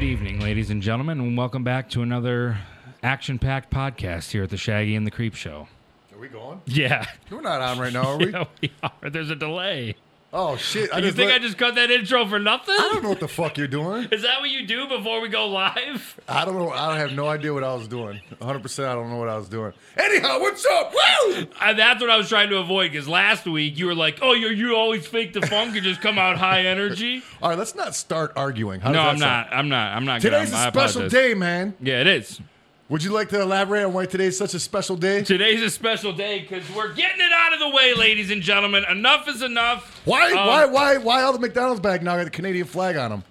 ladies and gentlemen, and welcome back to another action packed podcast here at the Shaggy and the Creep Show. Are we going? Yeah. We're not on right now, are we? Yeah, we are. There's a delay. Oh shit! you think look- I just cut that intro for nothing? I don't know what the fuck you're doing. Is that what you do before we go live? I don't know. I have no idea what I was doing. 100. percent I don't know what I was doing. Anyhow, what's up? Woo! Uh, that's what I was trying to avoid because last week you were like, "Oh, you you always fake the funk and just come out high energy." All right, let's not start arguing. How no, I'm does that sound? not. I'm not. I'm not. good. Today's I'm- I a special apologize. day, man. Yeah, it is. Would you like to elaborate on why today's such a special day? Today's a special day because we're getting it out of the way, ladies and gentlemen. Enough is enough. Why? Um, why? Why? Why all the McDonald's bag now got the Canadian flag on them?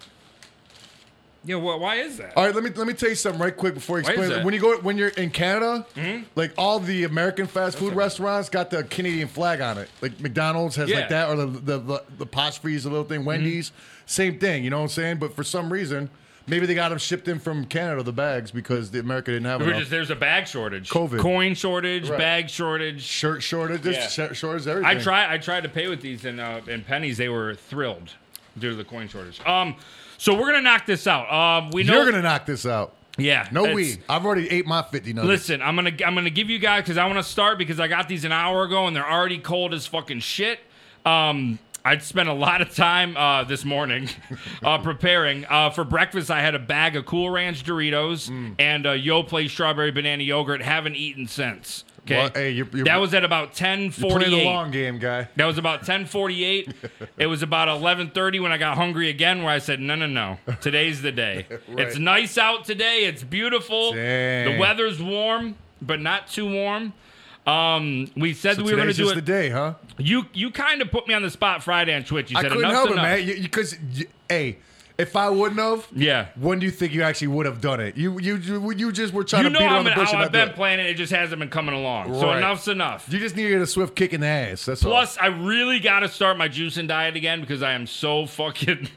Yeah, well, why is that? All right, let me let me tell you something right quick before Why I is explain. that? Mm-hmm. When you go when you're in Canada, like all the American fast food restaurants got the Canadian flag on it. Like McDonald's has Yeah. Mm-hmm. like that, or the the the, the Potshfree's, the little thing, Wendy's, same thing. You know what I'm saying? But for some reason, maybe they got them shipped in from Canada the bags because the America didn't have We're enough. just there's a bag shortage, COVID. coin shortage, Right. bag shortage. Shirt shortage, there's Yeah. shirt shortage, everything. I try. I tried to pay with these and uh, and pennies. They were thrilled due to the coin shortage. Um, so we're gonna knock this out. Um, we know You're gonna knock this out. yeah. No it's- weed. I've already ate my fifty nuggets. Listen, I'm gonna I'm gonna give you guys because I want to start because I got these an hour ago and they're already cold as fucking shit. Um, I'd spent a lot of time uh, this morning uh, preparing uh, for breakfast. I had a bag of Cool Ranch Doritos Mm. and a Yoplait strawberry banana yogurt. Haven't eaten since. Okay, Well, hey, you're- you're- that was at about ten Play the forty-eight. long game, guy. That was about 10:48. it was about 11:30 when I got hungry again where I said, "No, no, no. Today's the day. It's nice out today. It's beautiful. The Dang. weather's warm, but not too warm." Um, we said we were going to Today's do just it. the day, huh? you you kind of put me on the spot Friday on Twitch. You I said couldn't enough help it, man. Because hey, if I wouldn't have, Yeah. When do you think you actually would have done it? You you you, you just were trying You to know beat I'm around the an- bush. how and I've not do been it. playing it. It just hasn't been coming along. So Right. enough's enough. You just needed a swift kick in the ass. That's all. Plus, I really got to start my juicing diet again because I am so fucking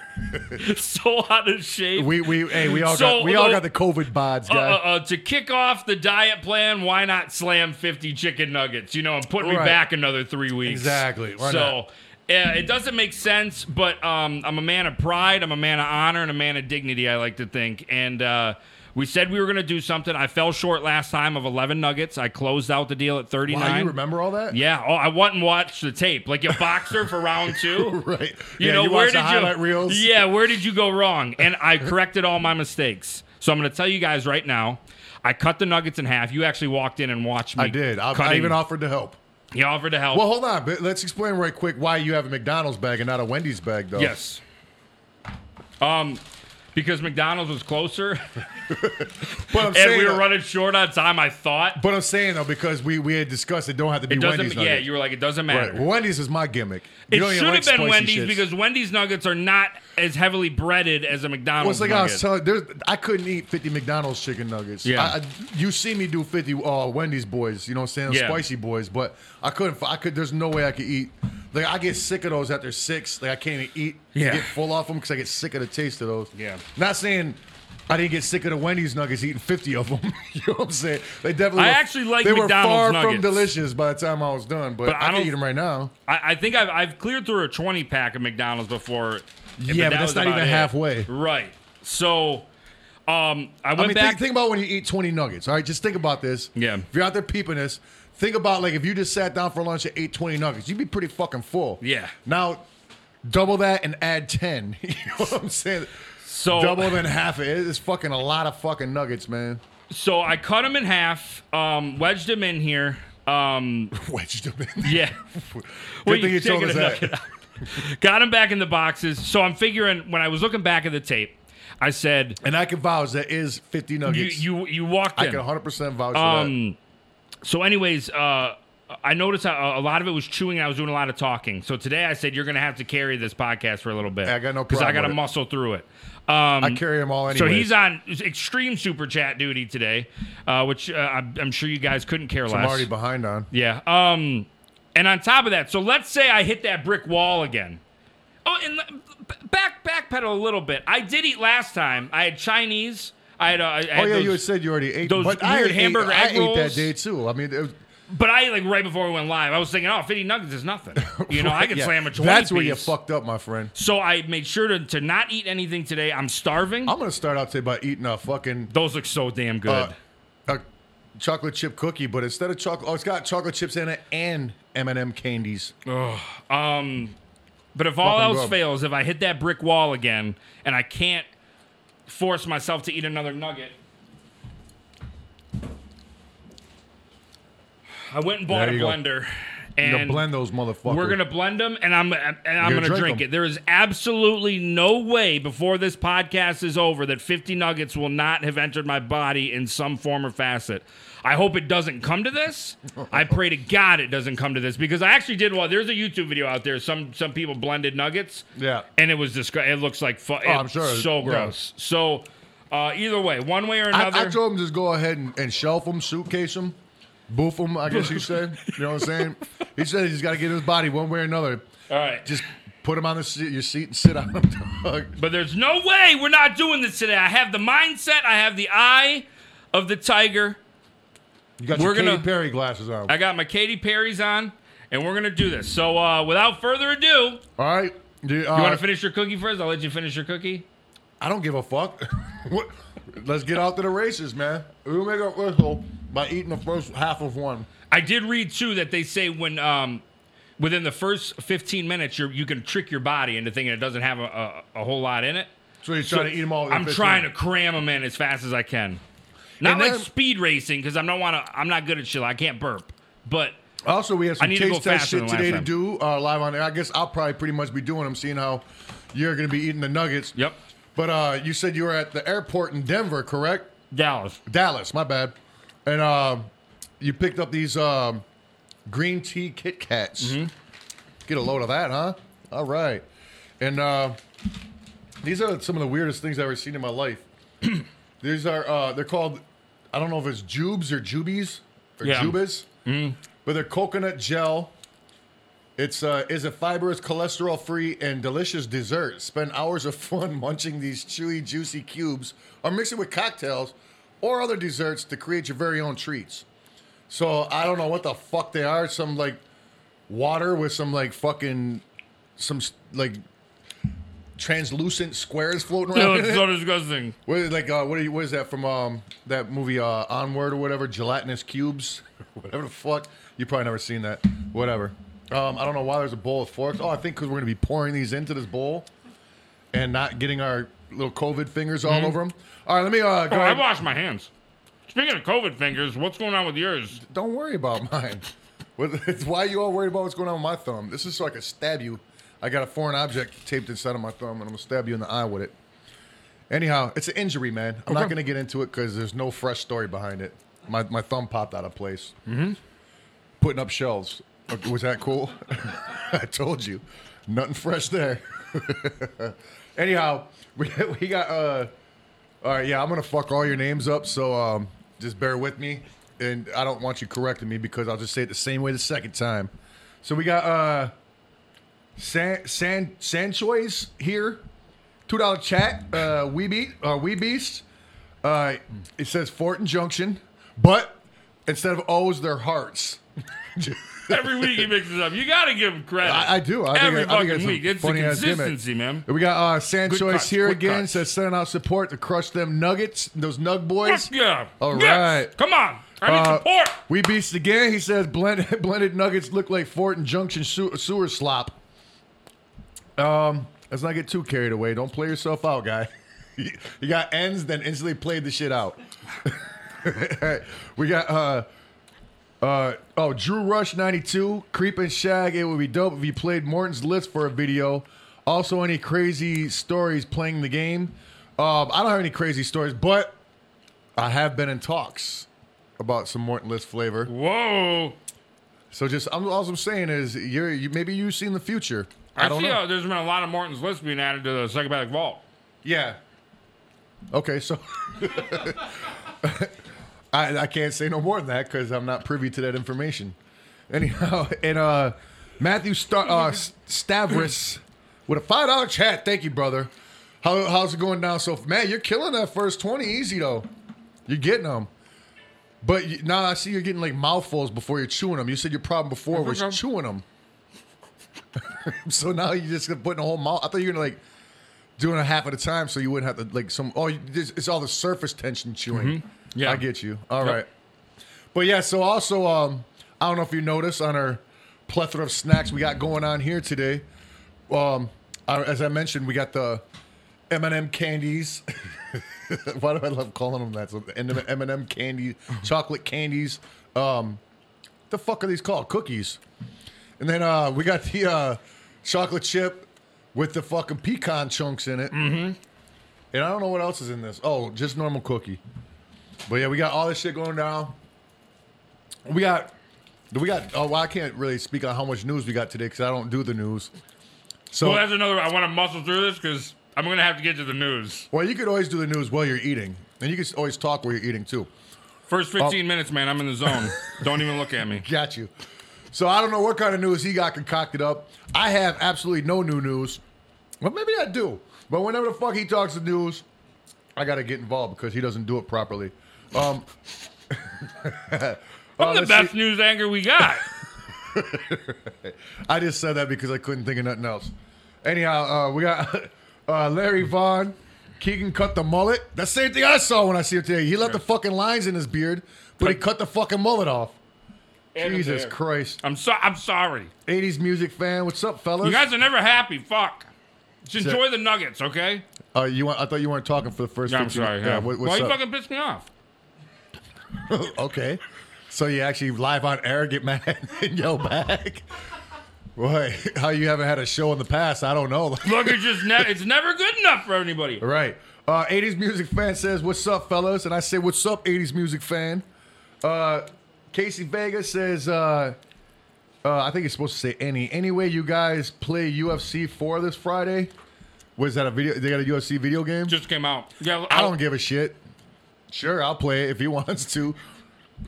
so out of shape. we we hey we all So, got we all though- got the COVID bods, Uh, guy. uh, uh, to kick off the diet plan, why not slam 50 chicken nuggets, you know, and put me Right. back another three weeks? Exactly. Why so. not? Yeah, it doesn't make sense, but um, I'm a man of pride. I'm a man of honor and a man of dignity, I like to think. And uh, we said we were going to do something. I fell short last time of 11 nuggets. I closed out the deal at 39. wow, you remember all that? Yeah. Oh, I went and watched the tape, like a boxer for round two. Right. You yeah, know, you where watched did the highlight you? reels? Yeah, where did you go wrong? And I corrected all my mistakes. So I'm going to tell you guys right now. I cut the nuggets in half. You actually walked in and watched me. I did. I, I cutting. even offered to help. You offered to help. Well, hold on, but let's explain right quick why you have a McDonald's bag and not a Wendy's bag, though. yes. Um, because McDonald's was closer, but I'm and saying, we were though- running short on time. I thought but I'm saying though because we we had discussed it don't have to be it doesn't. Wendy's. yeah, nuggets. you were like, it doesn't Right. matter. Well, Wendy's is my gimmick. You It don't even should like have been spicy Wendy's shits. because Wendy's nuggets are not as heavily breaded as a Well, McDonald's. it's like I was nugget. telling there's I couldn't eat 50 McDonald's chicken nuggets. Yeah. I, I, you see me do 50 uh, Wendy's boys, you know what I'm saying? Yeah. Spicy boys, but I couldn't fi- I could there's no way I could eat. Like I get sick of those after 6. Like I can't even eat Yeah. get full off them cuz I get sick of the taste of those. Yeah. Not saying I didn't get sick of the Wendy's nuggets eating 50 of them. you know what I'm saying? They definitely I were- actually like They were far McDonald's from nuggets. delicious by the time I was done, but, But I I, don't- can eat them right now. I, I think I've, I've cleared through a 20 pack of McDonald's before. that Yeah, but was that's not about even it. halfway. Right. So, um, I went I mean, back. think, think about when you eat 20 nuggets. All right, just think about this. Yeah. If you're out there peeping this, think about like if you just sat down for lunch and ate 20 nuggets, you'd be pretty fucking full. Yeah. Now, double that and add 10. you know what I'm saying? so, double than half of it. It's fucking a lot of fucking nuggets, man. so I cut them in half, um, wedged them in here. Um, Wedged them in. yeah. Well, thing you told taking us a that. nugget out. Got them back in the boxes. So I'm figuring when I was looking back at the tape, I said, And I can vouch that is 50 you, nuggets. you, you walked in. I can 100% vouch for Um, so, anyways, uh, I noticed how a lot of it was chewing. and I was doing a lot of talking. So today I said you're going to have to carry this podcast for a little bit. I got no I problem got to with it. muscle through it. Um, that. I carry them all anyway. So he's on extreme super chat duty today, uh, which uh, I'm, I'm sure you guys couldn't care less. I'm already behind on. yeah. Um, and on top of that, so let's say I hit that brick wall again. Oh, and le- b- back backpedal a little bit. I did eat last time. I had Chinese. I had. Uh, I had Oh yeah, those- you had said you already ate those but I weird ate- hamburger I egg ate that rolls. day too. I mean, it was, But I ate like right before we went live. I was thinking, oh, 50 nuggets is nothing. You know, I could Yeah, slam a 20 That's where you piece. fucked up, my friend. So I made sure to, to not eat anything today. I'm starving. I'm gonna start out today by eating a fucking Those look so damn good. uh, a chocolate chip cookie, but instead of chocolate, oh, it's got chocolate chips in it and M&M candies. But if all Fucking else good. fails, if I hit that brick wall again and I can't force myself to eat another nugget, I went and bought There a you go. blender, You and know, blend those motherfuckers. we're gonna blend them, and I'm and I'm You're gonna gonna drink, drink 'em. it. There is absolutely no way before this podcast is over that 50 nuggets will not have entered my body in some form or facet. I hope it doesn't come to this. I pray to God it doesn't come to this because I actually did. Well, there's a YouTube video out there. Some some people blended nuggets. Yeah. Oh, and it was disgusting. It looks like fu- I'm it's sure. so Yeah. gross. So. Uh, either way, one way or I, another. I told them just go ahead and, and shelf them, suitcase them, boof them. I guess you said. You know what I'm saying? He said he's got to get in his body one way or another. All right. just put them on the seat, your seat and sit on them. Dog. But there's no way we're not doing this today. I have the mindset. I have the eye of the tiger. You got We're your gonna- Katy Perry glasses on. I got my Katy Perry's on, and we're gonna do this. So uh, without further ado, you All right. Do you, want to finish your cookie first? I'll let you finish your cookie. I don't give a fuck. what? Let's get out to the races, man. We'll make our whistle by eating the first half of one. I did read too that they say when um, within the first 15 minutes, you you can trick your body into thinking it doesn't have a, a, a whole lot in it. So you're trying to eat them all. in I'm 15. trying to cram them in as fast as I can. Not And like then- speed racing because I'm not want to. I'm not good at shit. I can't burp, but. Also, we have some need to go taste test faster shit than last today to time. do uh, live on air. I guess I'll probably pretty much be doing them, seeing how you're going to be eating the nuggets. Yep. But uh, you said you were at the airport in Denver, correct? Dallas. Dallas, my bad. And uh, you picked up these um, green tea Kit Kats. Get a load of that, huh? All right. And uh, these are some of the weirdest things I've ever seen in my life. these are uh, they're called I don't know if it's Jubes or Jubies or Yeah. Jubas, but they're coconut gel. It's uh, is a fibrous, cholesterol-free, and delicious dessert. Spend hours of fun munching these chewy, juicy cubes, or mixing with cocktails or other desserts to create your very own treats. So I don't know what the fuck they are. Some like water with some like fucking some s- like translucent squares floating It around. in looks it. so disgusting. What is, like uh, what, are you, what is that from um, that movie uh, Onward or whatever? Gelatinous cubes, whatever the fuck. You probably never seen that. Whatever. Um, I don't know why there's a bowl of forks. Oh, I think because we're gonna be pouring these into this bowl and not getting our little COVID fingers all over them. All right, let me uh, go. Mm-hmm. Oh, I ahead. washed my hands. Speaking of COVID fingers, what's going on with yours? Don't worry about mine. What- it's why you all worried about what's going on with my thumb. This is so I can stab you. I got a foreign object taped inside of my thumb, and I'm gonna stab you in the eye with it. Anyhow, it's an injury, man. I'm not gonna get into it because there's no fresh story behind it. My my thumb popped out of place. Mm-hmm. Putting up shelves. Okay, Was that cool? I told you, nothing fresh there. Anyhow, we we got uh. All right, yeah, I'm gonna fuck all your names up, so um, just bear with me, and I don't want you correcting me because I'll just say it the same way the second time. So we got uh, San San Sanchois here, two dollar chat, uh, we beat uh, we beast. Uh, it says Fortin Junction, but instead of O's, they're hearts. Every week he mixes up. You got to give him credit. I, I do. I Every think, I think fucking a week. It's the funny-ass gimmick. consistency, man. And We got uh, Sanchois Good cuts, here good again. cuts. Says sending out support to crush them nuggets, those nug boys. Yeah. All Yes. right. Come on. I need Uh, support. We beast again. He says blend, blended nuggets look like Fort and Junction sew- sewer slop. Um, let's not get too carried away. Don't play yourself out, guy. you got ends, then instantly played the shit out. we got uh, uh, oh Drew Rush ninety two Creep and Shag. It would be dope if you played Morton's list for a video. Also, any crazy stories playing the game? Um, I don't have any crazy stories, but I have been in talks about some Morton list flavor. Whoa. So just I'm, all I'm saying is you're you, maybe you see in the future. I, I, don't see know. how there's been a lot of Morton's list being added to the psychopathic vault. yeah. Okay, so I I can't say no more than that because I'm not privy to that information. Anyhow, and uh, Matthew Star uh, S- Stavris with a five dollar chat. Thank you, brother. How, how's it going down? So, man, you're killing that first twenty easy though. You're getting them. But you, now I see you're getting like mouthfuls before you're chewing them. You said your problem before was okay. chewing them. so now you're just putting a whole mouth. I thought you were gonna like doing a half at a time, so you wouldn't have to like some. Oh, you, this, it's all the surface tension chewing. Mm-hmm. Yeah. I get you. All right, Yep. But yeah, so also, um, I don't know if you noticed on our plethora of snacks we got going on here today. Um, I, as I mentioned, we got the M&M candies. Why do I love calling them that? So the M&M candy, chocolate candies. Um, the fuck are these called? Cookies. And then uh, we got the uh, chocolate chip with the fucking pecan chunks in it. Mm-hmm. And I don't know what else is in this. Oh, just normal cookie. But yeah, we got all this shit going down. We got, we got. Oh, well, I can't really speak on how much news we got today because I don't do the news. So Well, that's another. I want to muscle through this because I'm gonna have to get to the news. Well, you could always do the news while you're eating, and you can always talk while you're eating too. First Oh. 15 minutes, man. I'm in the zone. Don't even look at me. Got you. So I don't know what kind of news he got concocted up. I have absolutely no new news. Well, maybe I do. But whenever the fuck he talks the news, I gotta get involved because he doesn't do it properly. Um, Oh, I'm the let's best news anchor we got. I just said that because I couldn't think of nothing else. Anyhow, uh, we got uh, Larry Vaughn. Keegan cut the mullet. That's the same thing I saw when I see him today. He left the fucking lines in his beard, but he cut the fucking mullet off. End of Jesus there. Christ. I'm so. I'm sorry. 80s music fan. What's up, fellas? You guys are never happy. Fuck. Just enjoy the nuggets, okay? Uh, you want? I thought you weren't talking for the first. Yeah, I'm 15 sorry. Yeah. Yeah. what- Why what's you up? fucking pissed me off? okay. So you actually live on air get mad and yell back. Boy, how you haven't had a show in the past? I don't know. Look, it's just ne- it's never good enough for anybody. right. Uh, 80s music fan says, "What's up, fellas?" And I say, "What's up, 80s music fan?" Uh, Casey Vega says, uh, uh, "I think it's supposed to say any." Anyway, you guys play UFC four this Friday. Was that a video? They got a UFC video game. Just came out. Yeah, I don't give a shit. Sure, I'll play it if he wants to.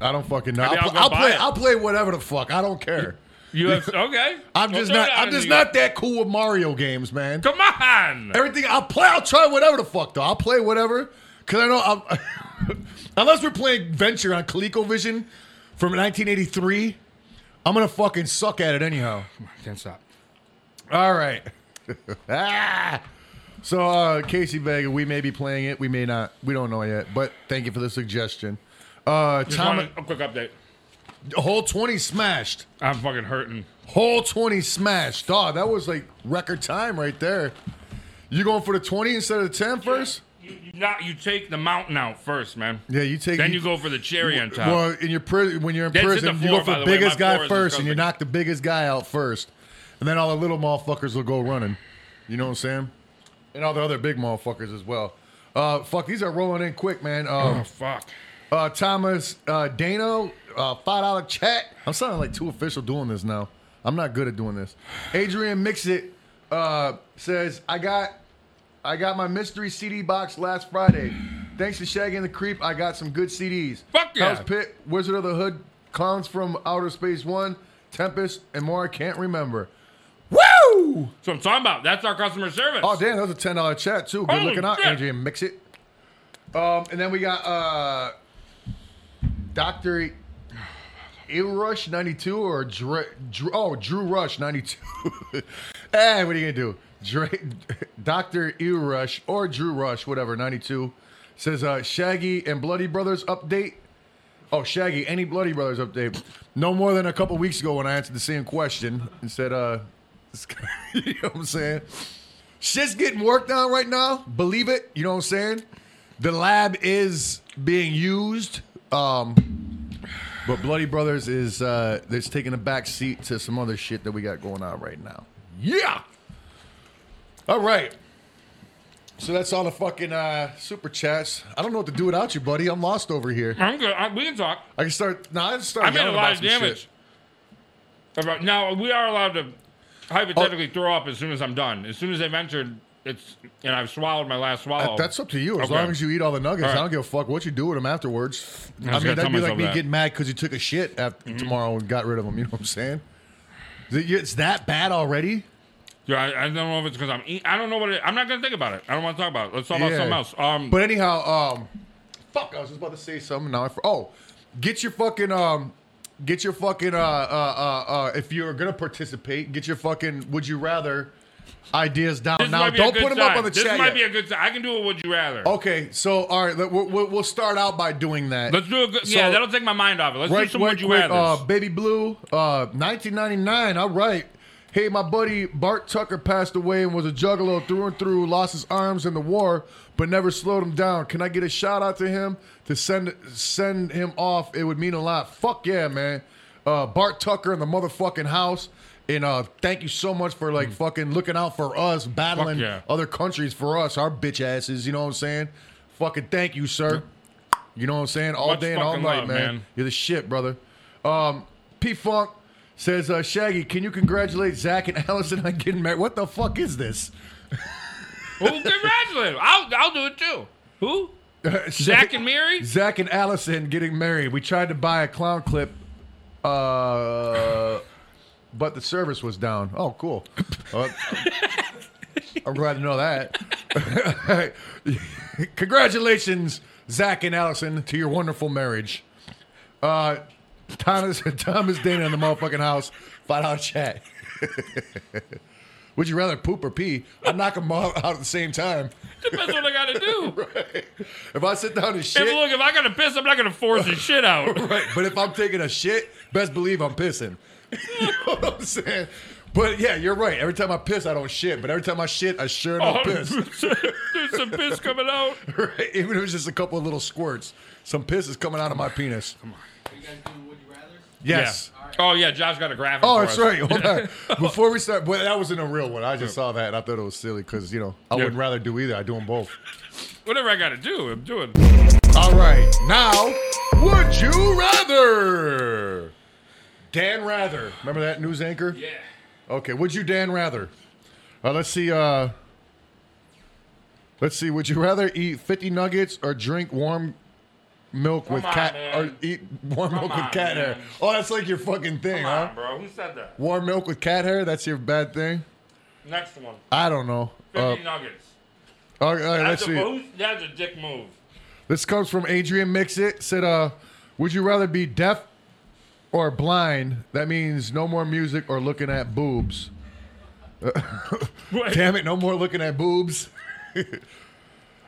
I don't fucking know. I'll, Maybe I'll pl- go I'll buy play. it. I'll play whatever the fuck. I don't care. You have okay. I'm We'll just throw not. that I'm in just there. not that cool with Mario games, man. Come on. Everything I'll play. I'll try whatever the fuck though. I'll play whatever because I know. I'm, unless we're playing Venture on ColecoVision from 1983, I'm gonna fucking suck at it anyhow. Can't stop. All right. ah! So, uh, Casey Vega, we may be playing it. We may not. We don't know yet. But thank you for the suggestion. Uh, Just Tom, wanted a quick update. whole 20 smashed. I'm fucking hurting. Whole 20 smashed. Dog, that was like record time right there. You going for the 20 instead of the 10 first? You, you not you take the mountain out first, man. Yeah, you take Then you go for the cherry on top. Well, in your pri- when you're in That's in the prison, you floor, go for by the way. biggest My floor guy is first, and you disgusting. knock the biggest guy out first, and then all the little motherfuckers will go running. You know what I'm saying? And all the other big motherfuckers as well. Uh, fuck, these are rolling in quick, man. oh Uh, fuck. uh, Thomas uh, Dano, uh, five dollar chat. I'm sounding like too official doing this now. I'm not good at doing this. Adrian Mixit uh, says, "I got, I got my mystery CD box last Friday. Thanks to Shaggy and the Creep, I got some good CDs. Fuck yeah. House Pit, Wizard of the Hood, Clowns from Outer Space One, Tempest, and more. I can't remember. Woo! That's what I'm talking about. That's our customer service. Oh, damn, that was a ten dollar chat too. Good Holy looking out, shit. Adrian. Mix it. Um, and then we got uh, Doctor A Rush ninety two or Dre, Dr- oh Drew Rush ninety two. hey, what are you gonna do? Dre, Doctor E Rush or Drew Rush, whatever ninety two says uh, Shaggy and Bloody Brothers update. Oh, Shaggy, any Bloody Brothers update? No more than a couple weeks ago when I answered the same question and said, uh, it's- you know what I'm saying? Shit's getting worked on right now. Believe it. You know what I'm saying? The lab is being used. Um, but Bloody Brothers is uh, it's taking a back seat to some other shit that we got going on right now. Yeah. All right. So that's all the fucking uh, super chats. I don't know what to do without you, buddy. I'm lost over here. I'm good. I, we can talk. I can start. No, I can start. I made a yelling lot about of some shit. damage. About, now we are allowed to hypothetically Oh. throw up as soon as I'm done. As soon as they've entered, it's and I've swallowed my last swallow. That's up to you. As Um, Okay. long as you eat all the nuggets, All I right. don't give a fuck what you do with them afterwards. I I, was gonna tell mean, that'd be like myself me that. getting mad because you took a shit after Mm-hmm. tomorrow and got rid of them. You know what I'm saying? Th- you- It's that bad already. Yeah, I, I don't know if it's because I'm. Eat, I don't know what. It, I'm not gonna think about it. I don't want to talk about it. Let's talk about Yeah. something else. Um, But anyhow, um, fuck, I was just about to say something. Now, I for- oh, Get your fucking um. Get your fucking uh, uh uh uh. If you're gonna participate, get your fucking would you rather ideas down This now. might be a Don't good put them up sign. on the This chat. might yet. Oh, be a good. sign. I can do a would you rather. okay, so all right, let- we'll, we'll we'll start out by doing that. Let's do a good. So- yeah, that'll take my mind off it. Let's do right, some right would you quick, rather. uh, Baby Blue, uh, 1999. All right. Hey, my buddy Bart Tucker passed away and was a juggalo through and through. Lost his arms in the war, but never slowed him down. Can I get a shout out to him to send send him off? It would mean a lot. Fuck yeah, man. Uh, Bart Tucker in the motherfucking house. And uh, thank you so much for like fucking looking out for us, battling Hmm. yeah. other countries for us, our bitch asses. You know what I'm saying? Fucking thank you, sir. You know what I'm saying? All Much day and all fucking night, love, man. man. You're the shit, brother. Um, P Funk says, uh, Shaggy, can you congratulate Zach and Allison on getting married? What the fuck is this? Who congratulate him? I'll I'll do it too. Who? Zach and Mary? Zach and Allison getting married. We tried to buy a clown clip, uh, but the service was down. Oh, cool. Uh, I'm glad to know that. Congratulations, Zach and Allison, to your wonderful marriage. Uh, Thomas, Thomas Dana in the motherfucking house. Find out chat. Would you rather poop or pee? I'd knock them all out at the same time. Depends what I gotta do. If I sit down and shit, If look, if I gotta piss, I'm not gonna force the shit out. Right, but if I'm taking a shit, best believe I'm pissing. you know what I'm saying? But yeah, you're right. Every time I piss, I don't shit. But every time I shit, I sure enough Oh. piss. 100%. There's some piss coming out. Right? Even if it's just a couple of little squirts, some piss is coming out of my penis. Are you guys doing Would You Rather? Yes. Yeah. Oh yeah, Josh got a graphic. Oh, for us. that's right. Hold on. Before we start, but that wasn't a real one. I just saw that and I thought it was silly because you know I Yeah. wouldn't rather do either. I do them both. Whatever I gotta do, I'm doing. All right, now would you rather? Dan Rather, remember that news anchor? Yeah. Okay, would you Dan rather? Uh, let's see. Uh, let's see. Would you rather eat fifty nuggets or drink warm milk with on, cat man. or eat warm milk with on, cat hair? man. Oh, that's like your fucking thing, Come huh? on, bro. Who said that? Warm milk with cat hair. That's your bad thing. Next one. I don't know. Uh, Fifty nuggets. all right, all right, That's let's a see. move. That's a dick move. This comes from Adrian Mixit. Said, uh, "Would you rather be deaf or blind? That means no more music or looking at boobs." Wait. Damn it, no more looking at boobs.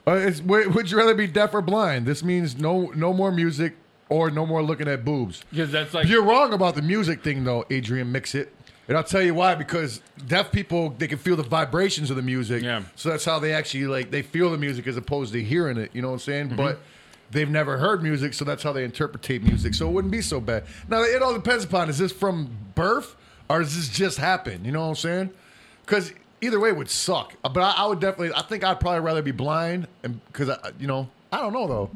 uh, it's, would, would you rather be deaf or blind? This means no no more music or no more looking at boobs. Because that's like You're wrong about the music thing though, Adrian Mix it. And I'll tell you why because deaf people they can feel the vibrations of the music. Yeah. So that's how they actually like they feel the music as opposed to hearing it, you know what I'm saying? Mm-hmm. But they've never heard music, so that's how they interpretate music. So it wouldn't be so bad. Now it all depends upon is this from birth or does this just happen? You know what I'm saying? Cuz either way would suck. Uh, But I, I would definitely I think I'd probably rather be blind and cuz I you know, I don't know though.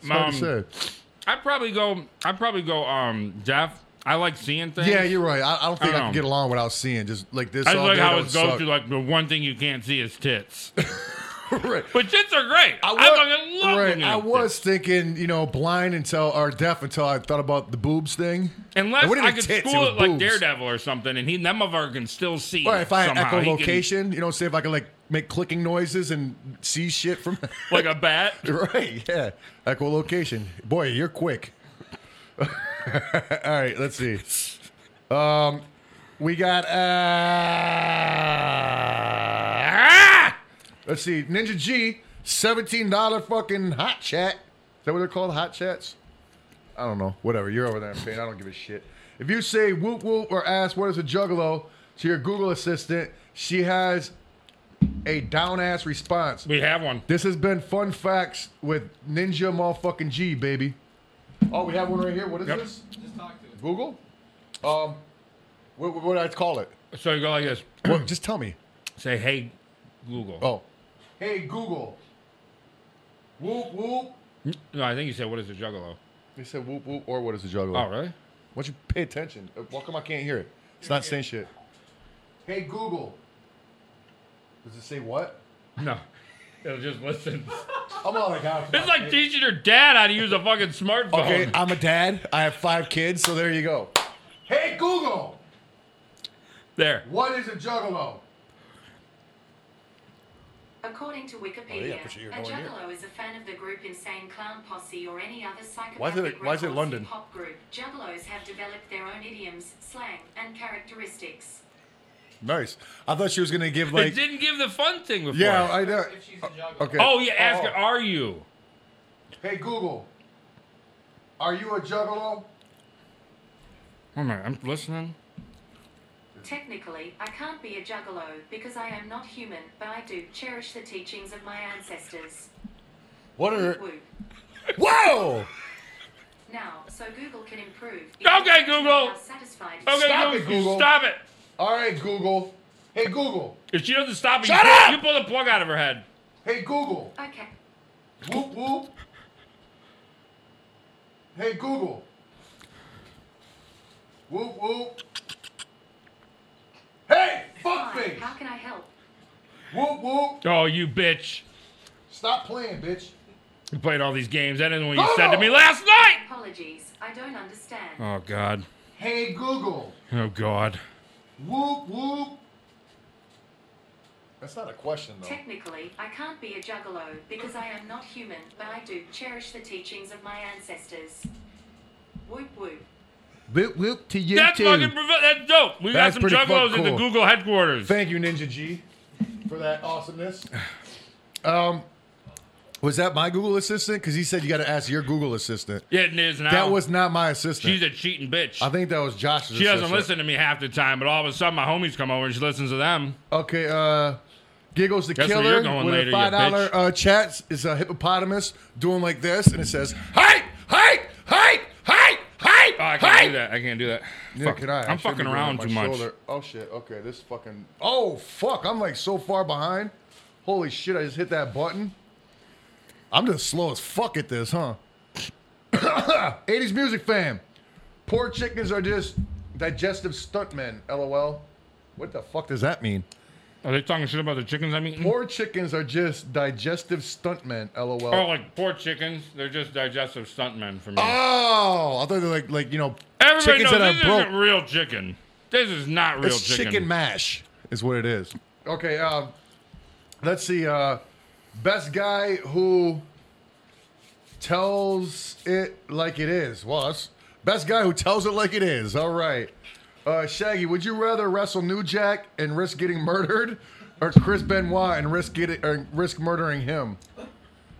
It's hard to Um, say. I'd probably go. I'd probably go. Um, Jeff. I like seeing things. Yeah, you're right. I, I don't think I, I can know. get along without seeing just like this. I just all like day, how that it would goes suck. to like the one thing you can't see is tits. right. But tits are great. I, wa- fucking love right, looking at I tits. was thinking, you know, blind until or deaf until I thought about the boobs thing. Unless It wasn't I even could tits, school was it, like boobs. Daredevil or something, and he them of her can still see. Or if I had somehow. He can- echolocation, you know, say if I could like make clicking noises and see shit from. like a bat. right. Yeah. Echolocation. Boy, you're quick. All right. Let's see. Um, we got. Uh, let's see. Ninja G, seventeen dollar fucking hot chat. Is that what they're called? Hot chats. I don't know. Whatever. You're over there in pain. I don't give a shit. If you say whoop whoop or ask what is a juggalo to your Google assistant, she has a down ass response. We have one. This has been Fun Facts with Ninja Motherfucking G, baby. Oh, we have one right here. What is Yep. this? Just talk to us. Google? Um, what, what, what did I call it? So you go like this. What, just tell me. Say, hey, Google. Oh. Hey, Google. Whoop, whoop. No, I think you said, what is a juggalo? They said whoop, whoop, or what is a juggler? Oh, really? Why don't you pay attention? Uh, Why come I can't hear it? It's not saying shit. Hey, Google. Does it say what? No. It'll just listen. I'm all like, out. It's like teaching your dad how to use a fucking smartphone. Okay, I'm a dad. I have five kids, so there you go. Hey, Google. There. What is a juggalo? According to Oh, yeah, Wikipedia, but you're a going here. juggalo is a fan of the group Insane Clown Posse or any other psychopathic Why is it- why is it rap or London? hip-hop group. Juggalos have developed their own idioms, slang, and characteristics. Nice. I thought she was gonna give They like. didn't give the fun thing before. Yeah, I know. Uh, If she's a juggalo. Okay. oh yeah, ask her. Are you? Hey Google, are you a juggalo? Hold on, I'm listening. Technically, I can't be a juggalo because I am not human, but I do cherish the teachings of my ancestors. What are? Whoop, whoop. Whoa! Now, so Google can improve. Okay, Google. How satisfied. Okay, Stop Google, it, Google. Stop it. All right, Google. Hey Google. If she doesn't stop it, Shut you, up! Pull, you pull the plug out of her head. Hey Google. Okay. Whoop whoop. Hey Google. Whoop whoop. Hey, Hi, how can I help? Whoop whoop. Oh, you bitch! Stop playing, bitch. You played all these games. That isn't what you said to Oh! me last night. Apologies, I don't understand. Oh God. Hey Google. Oh God. Whoop whoop. That's not a question though. Technically, I can't be a juggalo because I am not human, but I do cherish the teachings of my ancestors. Whoop whoop. Whoop whoop to you That's fucking. provo- That's dope. We That's got some pretty juggalos fucking at the cool. Google headquarters. Thank you, Ninja G, for that awesomeness. Um, was that my Google assistant? Because he said you got to ask your Google assistant. yeah, it is now. That was not my assistant. She's a cheating bitch. I think that was Josh's. She doesn't assistant. listen to me half the time, but all of a sudden my homies come over and she listens to them. Okay, uh, Giggles the Guess where killer you're going with later, a you five dollar bitch. uh, chat is a hippopotamus doing like this, and it says hype, hype, hype, hype, hype. Oh, I can't hype. do that. I can't do that. Yeah, Fuck. can I? I I'm shouldn't be fucking doing around it on too my much. shoulder. Oh shit. Okay, this fucking. Oh fuck! I'm like so far behind. Holy shit! I just hit that button. I'm just slow as fuck at this, huh? 80s music fam. Poor chickens are just digestive stuntmen. LOL. What the fuck does that mean? Are they talking shit about the chickens I'm eating? Poor chickens are just digestive stuntmen. LOL. Oh, like poor chickens. They're just digestive stuntmen for me. Oh, I thought they're like like you know Everybody chickens knows that this are broke. isn't real chicken. This is not real It's chicken. mash is what it is. Okay, um, let's see. Uh, best guy who tells it like it is was best guy who tells it like it is. All right, uh, Shaggy, would you rather wrestle New Jack and risk getting murdered, or Chris Benoit and risk getting or risk murdering him?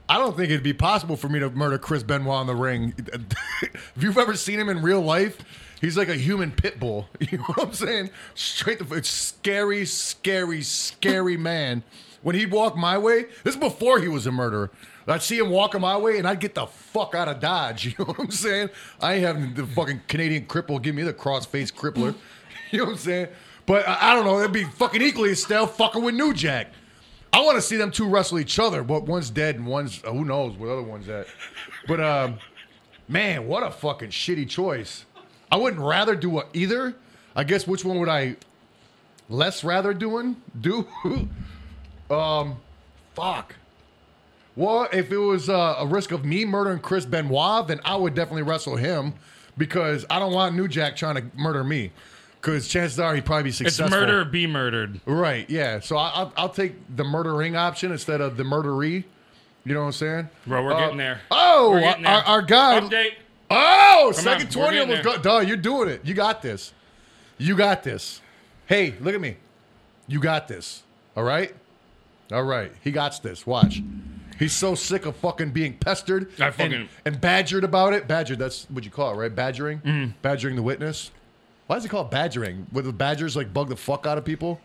I don't think it'd be possible for me to murder Chris Benoit in the ring. if you've ever seen him in real life, he's like a human pit bull. You know what I'm saying? Straight the it's scary, scary, scary man. When he'd walk my way, this is before he was a murderer. I'd see him walking my way and I'd get the fuck out of Dodge. You know what I'm saying? I ain't having the fucking Canadian cripple give me the crossface crippler. You know what I'm saying? But I, I don't know. It'd be fucking equally as stale fucking with New Jack. I want to see them two wrestle each other, but one's dead and one's uh, who knows what other one's at. But um, man, what a fucking shitty choice. I wouldn't rather do a, either. I guess which one would I less rather doing do? um, fuck. Well, if it was uh, a risk of me murdering Chris Benoit, then I would definitely wrestle him because I don't want New Jack trying to murder me. Because chances are he'd probably be It's successful. murder or be murdered. Right. Yeah. So I, I'll, I'll take the murdering option instead of the murderee. You know what I'm saying? Bro, we're Uh, getting there. Oh, We're getting there. Our, our guy. Update. Oh, on, second we're 20 getting almost there. got. Duh, you're doing it. You got this. You got this. Hey, look at me. You got this. All right? All right. He got this. Watch. He's so sick of fucking being pestered I and- fucking- and, badgered about it. Badgered, that's what you call it, right? Badgering? Mm-hmm. Badgering the witness. Why is it called badgering? Where the badgers like bug the fuck out of people?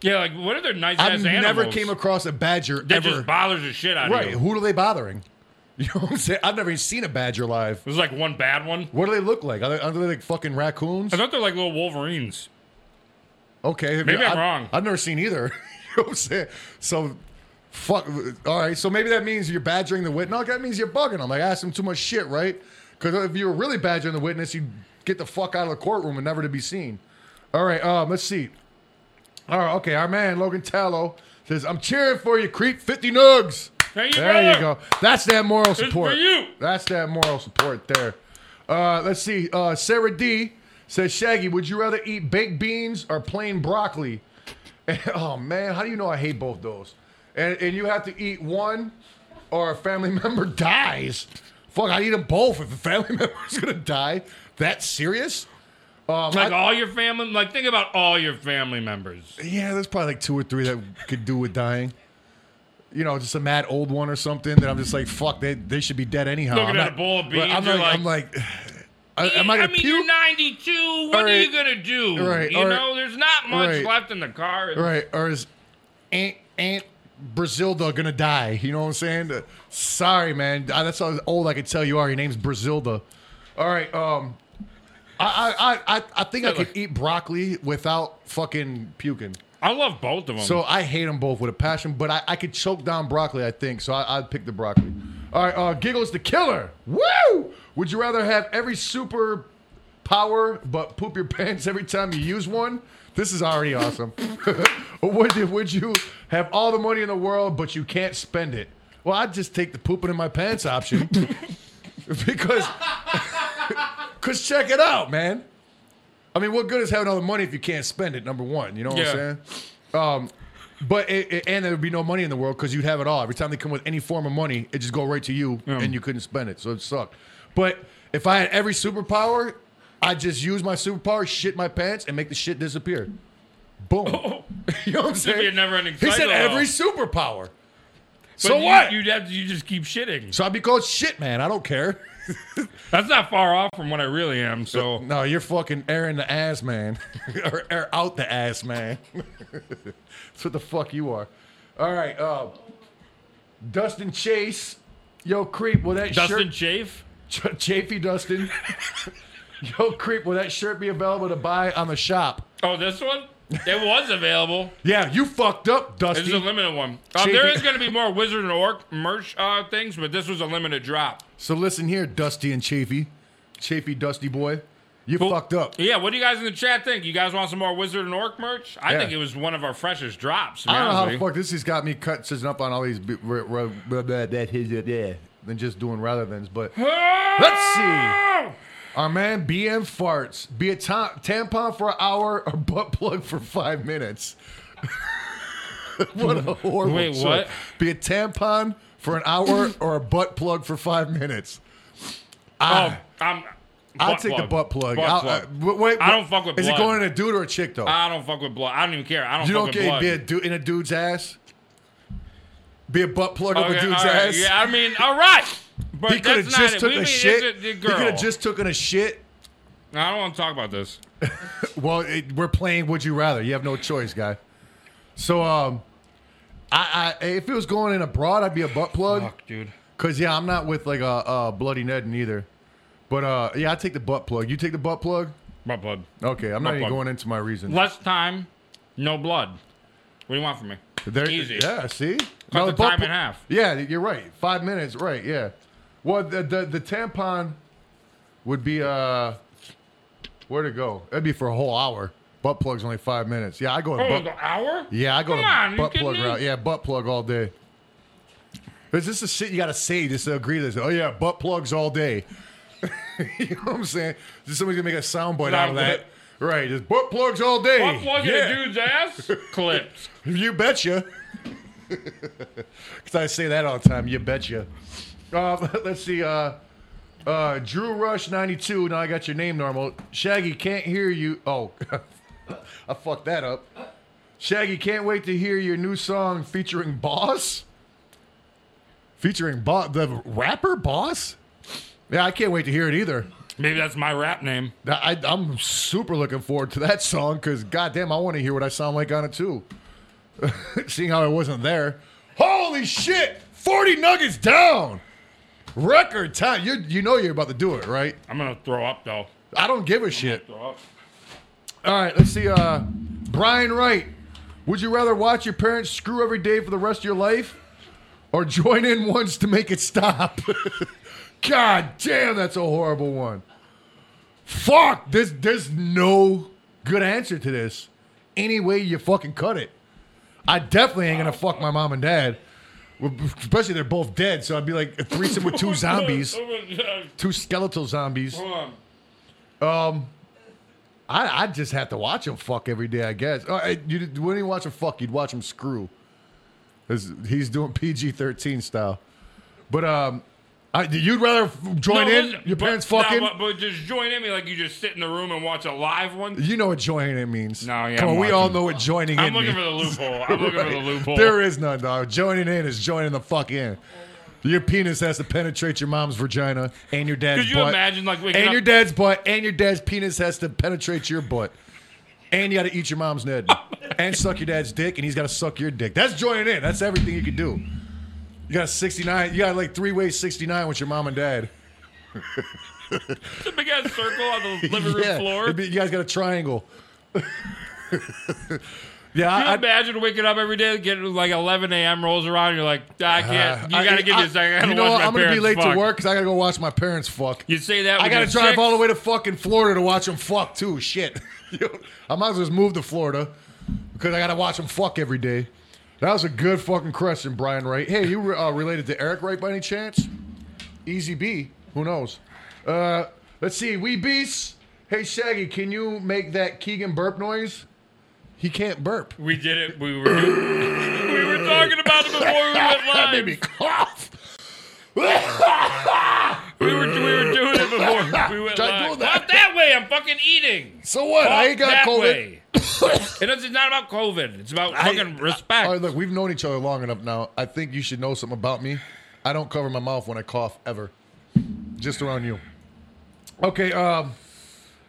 Yeah, like what are their nice I've ass never animals? came across a badger That ever. just bothers the shit out right? of you. Who are they bothering? You know what I'm saying? I've never even seen a badger live. There's like one bad one. What do they look like? Are they, are they like fucking raccoons? I thought they're like little wolverines. Okay, have Maybe you- I'm I've- wrong. I've never seen either. you know what I'm saying? So, fuck. All right, so maybe that means you're badgering the witness. No, that means you're bugging them. Like ask them too much shit, right? Because if you were really badgering the witness, you'd get the fuck out of the courtroom and never to be seen. All right, um, let's see. All right, okay, our man Logan Tallow says, "I'm cheering for you, creep. Fifty nugs." Thank you, there you brother. go. That's that moral for support. you. That's that moral support there. Uh, let's see. Uh, Sarah D says, Shaggy, would you rather eat baked beans or plain broccoli? oh man, how do you know I hate both those? and, and you have to eat one or a family member dies. Fuck, I eat them both. If a family member's gonna die, that serious? Um, Like I- all your family, like think about all your family members. yeah, there's probably like two or three that could do with dying. You know, just a mad old one or something that I'm just like, fuck, they, they should be dead anyhow. Looking I'm at a bowl of but beans, I'm you're like, I'm like, I, am I I gonna mean, puke? you're 92. What All are right. you gonna do? Right, you all right. know, there's not much Right. left in the car. Right, or is Aunt Aunt Brazilda gonna die? You know what I'm saying? Uh, Sorry, man. Uh, That's how old I can tell you are. Your name's Brazilda. All right. Um, I I I I- I think I could eat broccoli without fucking puking. I love both of them. So I hate them both with a passion, but I, I could choke down broccoli. I think so. I, I'd pick the broccoli. All right. Uh, Giggles the killer. Woo! Would you rather have every super power but poop your pants every time you use one? This is already awesome. Or would you, would you have all the money in the world but you can't spend it? Well, I'd just take the pooping in my pants option because because check it out, man. I mean, what good is having all the money if you can't spend it? Number one, you know what Yeah. I'm saying? Um, But it, it- and there would be no money in the world because you'd have it all. Every time they come with any form of money, it just go right to you, and you couldn't spend it, so it sucked. But if I had every superpower, I'd just use my superpower, shit my pants, and make the shit disappear. Boom. you know what I'm saying? be a never-ending he said cycle, every superpower. so what? You, you'd have to, you just keep shitting. so I'd be called shit man. I don't care. That's not far off from what I really am. So No, you're fucking air in the ass man, or air out the ass man. That's what the fuck you are. All right, uh, Dustin Chase, yo creep. Will that Dustin shirt, Chafe. Ch- Chafee Dustin, yo creep? Will that shirt be available to buy on the shop? Oh, this one? It was available. Yeah, you fucked up, This Dusty. is a limited one. Um, there Chafee- is going to be more Wizard and Orc merch uh, things, but this was a limited drop. so listen here, Dusty and Chafee, Chafee Dusty boy, you fucked up. Yeah, what do you guys in the chat think? You guys want some more Wizard and Orc merch? I Yeah. think it was one of our freshest drops. to be I don't know how honest the with you. fuck this has got me cut sitting up on all these b- r- r- r- that his yeah than just doing rather than's, but. Let's Oh, see. Our man BM farts. Be a ta- tampon for an hour or butt plug for five minutes. what a horrible Wait, choice. what? Be a tampon for an hour or a butt plug for five minutes. Ah, Oh, I'm. I'll butt take the butt plug. I'll- plug. uh, w- wait, I don't fuck with Is blood. it going in a dude or a chick though? I don't fuck with blood. I don't even care. I don't fuck you don't with get blood. be a dude in a dude's ass. Be a butt plug up a Okay, dude's all right. ass. Yeah, I mean, all right. But He could have that's not just it. took We a mean, shit. it's a- He the could girl. have just taken a shit. I don't want to talk about this. Well, it, we're playing Would You Rather. You have no choice, guy. So, um, I, I if it was going in abroad, I'd be a butt plug. Fuck, dude. Cause yeah, I'm not with like a, a bloody Ned neither. But uh, yeah, I take the butt plug. You take the butt plug. Butt blood. Okay, I'm Butt not even plug. going into my reason. Less time, no blood. What do you want from me? There- Easy. Yeah, see? Cut No, the butt time pl- in half. Yeah, you're right. Five minutes, right, yeah. Well, the, the, the tampon would be, uh, where to go? That'd be for a whole hour. Butt plug's only five minutes. Yeah, I go to Oh, butt, the hour? yeah, I go Come to on, you butt kidding plug me? route. Yeah, butt plug all day. Is this the shit you gotta say just to agree to this? Oh yeah, butt plugs all day. you know what I'm saying? Just somebody's gonna make a soundbite out of that. Right, just butt plugs all day. Butt plug in Yeah. a dude's ass? Clips. You betcha. Because I say that all the time. You betcha. Uh, let's see. Uh, uh, Drew Rush 92. Now I got your name normal. Shaggy can't hear you. Oh, I fucked that up. Shaggy can't wait to hear your new song featuring Boss. Featuring Boss, the rapper Boss. Yeah, I can't wait to hear it either. Maybe that's my rap name. I, I- I'm super looking forward to that song because, goddamn, I want to hear what I sound like on it too. Seeing how I wasn't there. Holy shit! 40 nuggets down! Record time. You you know you're about to do it, right? I'm going to throw up, though. I don't give a shit. Throw up. All right, let's see. Uh, Brian Wright, would you rather watch your parents screw every day for the rest of your life, or join in once to make it stop? God damn, that's a horrible one. Fuck, there's there's no good answer to this. Any way you fucking cut it, I definitely ain't gonna fuck my mom and dad. Well, Especially they're both dead, so I'd be like a threesome with two zombies, two skeletal zombies. Hold on. I I just have to watch him fuck every day, I guess. Uh, you wouldn't even watch him fuck; you'd watch him screw. This- he's doing PG thirteen style. But um, I, you'd rather f- join No, in listen, your parents but, fucking. No, but, but just join in me like you just sit in the room and watch a live one. you know what joining in means. No, yeah, Come on, I'm we all watching. know what joining in I'm looking means. for the loophole. I'm looking for the loophole. There is none, dog. Joining in is joining the fuck in. Your penis has to penetrate your mom's vagina and your dad's Could you butt. imagine like waking and up? your dad's butt and your dad's penis has to penetrate your butt. And you got to eat your mom's head and suck your dad's dick, and he's got to suck your dick. That's joining in. That's everything you can do. You got 69. You got like three ways 69 with your mom and dad. a big ass circle on the living room Yeah, floor. it'd be- you guys got a triangle. yeah, Could you I, I, imagine waking up every day, getting like 11 a.m. rolls around, you're like, I can't. Uh, I- you gotta give me a second. I gotta you know watch what? my I'm gonna be parents late fuck. to work because I gotta go watch my parents fuck. You say that. I when gotta you're drive six? all the way to fucking Florida to watch them fuck too. Shit, I might as well just move to Florida because I gotta watch them fuck every day. That was a good fucking question, Brian Wright. Hey, you uh, related to Eric Wright by any chance? Easy B, who knows? Uh, let's see, we beasts. Hey Shaggy, can you make that Keegan burp noise? He can't burp. We did it. We were. we were talking about it before we went That made live. me cough. We were. We were doing it before we went Don't live. do that. Not that way. I'm fucking eating. So what? I ain't got that COVID. Way. it is, it's not about COVID. It's about fucking respect. All right, look, we've known each other long enough now. I think you should know something about me. I don't cover my mouth when I cough ever, just around you. Okay, um,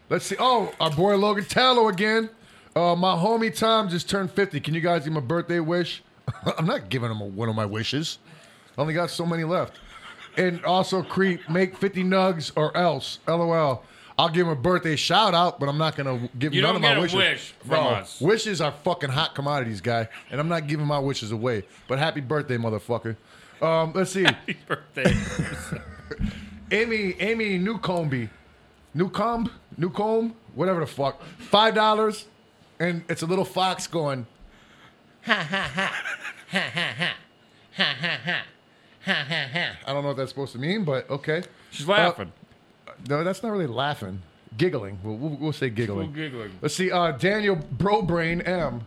let's see. Oh, our boy Logan Tallow again. Uh, my homie Tom just turned 50. Can you guys give him a birthday wish? I'm not giving him a, one of my wishes. I only got so many left. And also, Creep, make 50 nugs or else. LOL. I'll give him a birthday shout out, but I'm not going to give You don't none of my get a wishes. wish from us. Wishes are fucking hot commodities, guy. And I'm not giving my wishes away. But happy birthday, motherfucker. Um, let's see. Happy birthday. Amy, Amy Newcombe, Newcomb, Newcomb, whatever the fuck, five dollars, and it's a little fox going. Ha ha ha, ha ha ha, ha ha ha, ha ha ha. I don't know what that's supposed to mean, but okay. Uh, She's laughing. No, that's not really laughing. Giggling. We'll, we'll, we'll say We're giggling. giggling. Let's see. Uh, Daniel Brobrain M.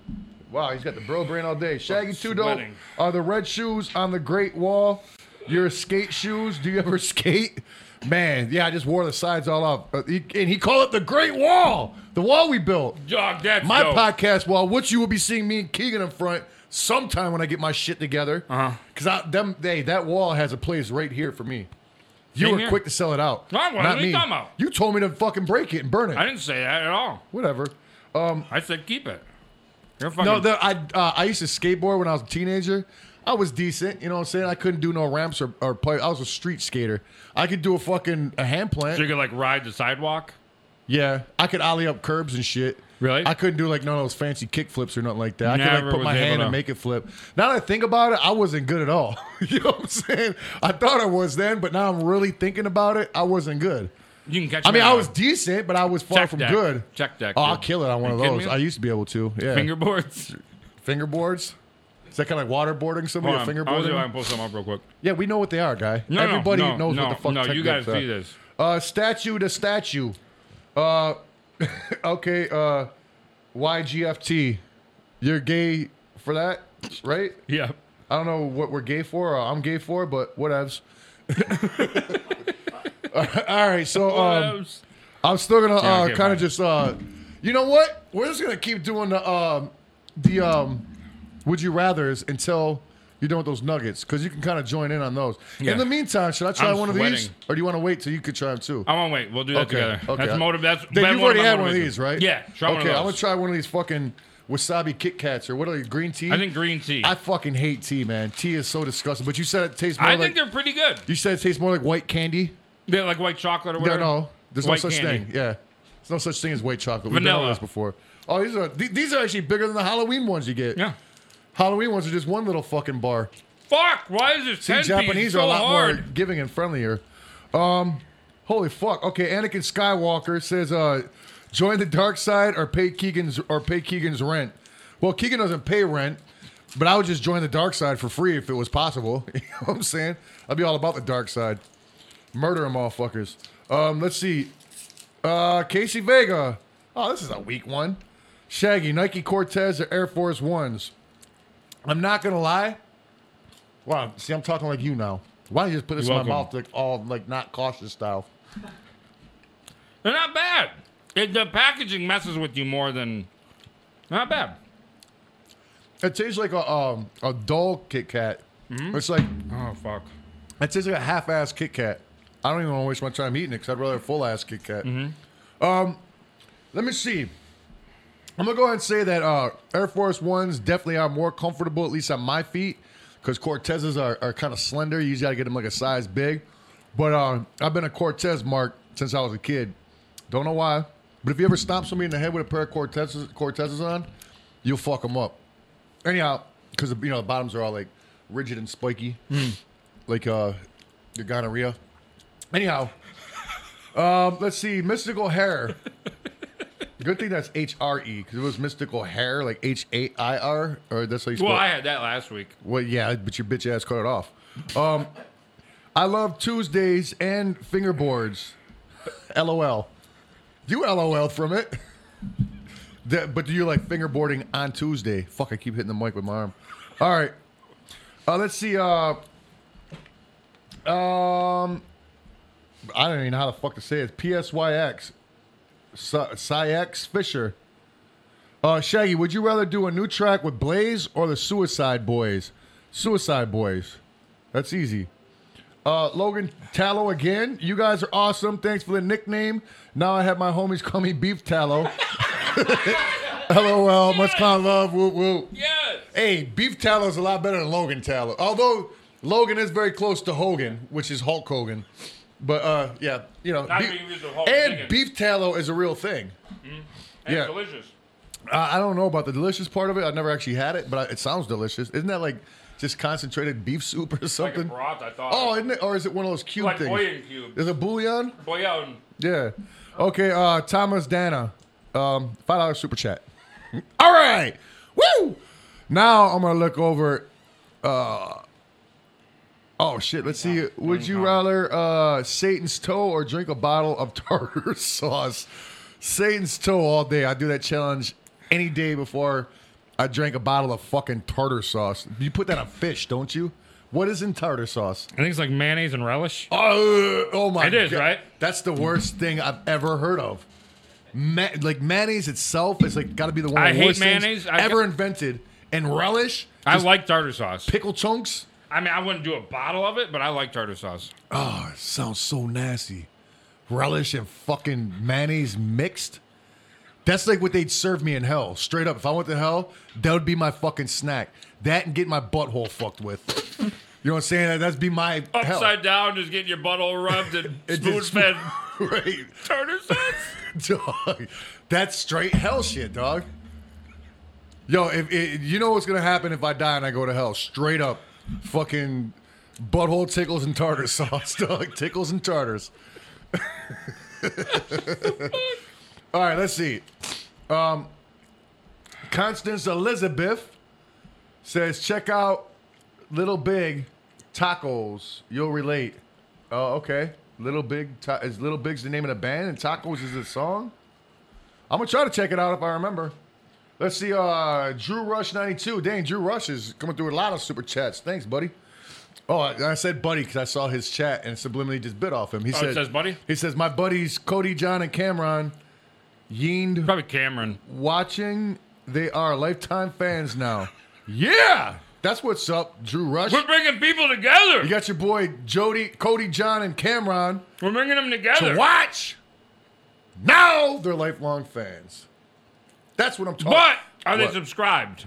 Wow, he's got the bro brain all day. Shaggy two dope. sweating. Are the red shoes on the Great Wall your skate shoes? Do you ever skate? Man, yeah, I just wore the sides all off. Uh, he- and he called it the Great Wall, the wall we built. Dog, that's My dope. podcast wall, which you will be seeing me and Keegan in front sometime when I get my shit together. Uh-huh. Cause I, them, hey, that wall has a place right here for me. You Same were here. quick to sell it out. No, I wasn't. Not What are you me. talking about? You told me to fucking break it and burn it. I didn't say that at all. Whatever. I said keep it. You're fucking. No, the, I uh, I used to skateboard when I was a teenager. I was decent, you know what I'm saying? I couldn't do no ramps or, or play. I was a street skater. I could do a fucking a hand plant. so you could like ride the sidewalk. Yeah, I could ollie up curbs and shit. Really? I couldn't do like none of those fancy kick flips or nothing like that. I could Never like put my was able hand to. and make it flip. Now that I think about it, I wasn't good at all. you know what I'm saying? I thought I was then, but now I'm really thinking about it. I wasn't good. You can catch. I me mean, on I a was decent, but I was far Check from deck. good. Check deck, Oh, I'll dude. kill it on one Are of you kidding those. me? I used to be able to. Yeah. fingerboards. fingerboards. Is that kind of like waterboarding somebody? Hold Or on. I was if I can fingerboarding? post them up real quick. Yeah, we know what they are, guy. No, no, Everybody no, knows no, what the fuck. no, tech you gotta decks are. see this. Uh, statue to statue. Uh, okay. Uh, YGFT. You're gay for that, right? Yeah. I don't know what we're gay for. Or I'm gay for, but whatevs. Uh, All right, so um, I'm still gonna Yeah, I uh, can't kind mind. of just uh, you know what? We're just gonna keep doing the um, the um, would you rather's until you're done with those nuggets because you can kind of join in on those. Yeah. In the meantime, should I try I'm one of these, sweating. or do you want to wait till you could try them too? I won't wait. We'll do that Okay, together. okay. That's motive. That's Then that's you've already of my had one of motivations. these, right? Yeah. Try okay, one of those. I'm gonna try one of these fucking wasabi Kit Kats or what are they? Green tea. I think green tea. I fucking hate tea, man. Tea is so disgusting. But you said it tastes more I like think they're pretty good. you said it tastes more like white candy. They're like white chocolate or No, whatever. no. There's White no such candy. thing. Yeah. There's no such thing as white chocolate. We've done all Vanilla. this before. Oh, these are th- these are actually bigger than the Halloween ones you get. Yeah. Halloween ones are just one little fucking bar. Fuck! Why is this See, ten piece Japanese so are a lot hard? more giving and friendlier. Um, holy fuck. Okay, Anakin Skywalker says, uh, join the dark side or pay Keegan's or pay Keegan's rent. Well, Keegan doesn't pay rent, but I would just join the dark side for free if it was possible. you know what I'm saying? I'd be all about the dark side. Murder them all fuckers. Um, let's see. Uh, Casey Vega. Oh, this is a weak one. Shaggy, Nike Cortez or Air Force Ones. I'm not gonna lie. Wow. See, I'm talking like you now. Why don't you just put this You're in my mouth welcome. like all like not cautious style? They're not bad. It, the packaging messes with you more than. Not bad. It tastes like a um, a dull Kit Kat. It's like Oh fuck. it tastes like a half-ass Kit Kat. I don't even want to waste my time eating it because I'd rather a full-ass Kit Kat. Um, let me see. I'm gonna go ahead and say that uh, Air Force Ones definitely are more comfortable, at least on my feet, because Cortezes are, are kind of slender. You just gotta get them like a size big. But uh, I've been a Cortez mark since I was a kid. Don't know why, but if you ever stomp somebody in the head with a pair of Cortezes, Cortezes on, you'll fuck them up. Anyhow, because you know the bottoms are all like rigid and spiky, like uh, your gonorrhea. Anyhow, um, let's see, mystical hair. Good thing that's H R E because it was mystical hair, like H A I R, or that's how you spell. Well, it. I had that last week. Well, yeah, but your bitch ass cut it off. Um, I love Tuesdays and fingerboards. LOL. You LOL from it. That- but do you like fingerboarding on Tuesday? Fuck, I keep hitting the mic with my arm. All right. Uh, let's see. Uh, um, I don't even know how the fuck to say it. PSYX. Sy- Cyx Fisher. Uh, Shaggy, would you rather do a new track with Blaze or the Suicide Boys? Suicide Boys. That's easy. Uh, Logan Tallow again. You guys are awesome. Thanks for the nickname. Now I have my homies call me Beef Tallow. LOL. Much kind love. Whoop whoop. Yes. Hey, Beef Tallow is a lot better than Logan Tallow. Although Logan is very close to Hogan, which is Hulk Hogan. But uh, yeah, you know, Not beef- being used with Hulk and Hogan. Beef Tallow is a real thing. And Yeah. Delicious. Uh, I don't know about the delicious part of it. I've never actually had it, but I, it sounds delicious. Isn't that like just concentrated beef soup or Like a something? broth, I thought. oh, isn't it? Or is it one of those cube like things? Boyan cube. um, Is it bouillon? Boyan. Yeah. Okay, uh, Thomas Dana. Um, five dollar super chat. All right. Woo! Now I'm gonna look over uh oh shit, let's see. Would you rather uh Satan's toe or drink a bottle of tartar sauce? Satan's toe all day. I do that challenge any day before I drank a bottle of fucking tartar sauce. You put that on fish, don't you? What is in tartar sauce? I think it's like mayonnaise and relish. Oh, oh my It is, God. right? That's the worst thing I've ever heard of. Ma- like mayonnaise itself is like got to be the one I of the hate worst things mayonnaise. I- ever invented. And relish, I like tartar sauce. pickle chunks. I mean, I wouldn't do a bottle of it, but I like tartar sauce. Oh, it sounds so nasty. Relish and fucking mayonnaise mixed. That's like what they'd serve me in hell. Straight up, if I went to hell, that would be my fucking snack. That and get my butthole fucked with. You know what I'm saying? That'd be my hell. Upside down, just getting your butthole rubbed and It spoon just- fed right. tartar sauce. Oh, dog. That's straight hell shit, dog. Yo, if it, you know what's gonna happen if I die and I go to hell, straight up, fucking butthole tickles and tartar sauce, dog. Tickles and tartars. All right, let's see. Um, Constance Elizabeth says, check out Little Big Tacos. You'll relate. Oh, okay. Little Big Ta- is Little Big's the name of the band, and Tacos is a song. I'm gonna try to check it out if I remember. Let's see. Uh, Drew Rush 92. Dang, Drew Rush is coming through a lot of super chats. Thanks, buddy. Oh, I, I said buddy because I saw his chat and subliminally just bit off him. He Oh, it said, says buddy? He says, "My buddies Cody, John, and Cameron, yeened Probably Cameron. watching. They are lifetime fans now. yeah, that's what's up, Drew Rush. We're bringing people together. You got your boy Jody, Cody, John, and Cameron We're bringing them to together. watch. Now they're lifelong fans. That's what I'm talking. But are they Oh, What? subscribed?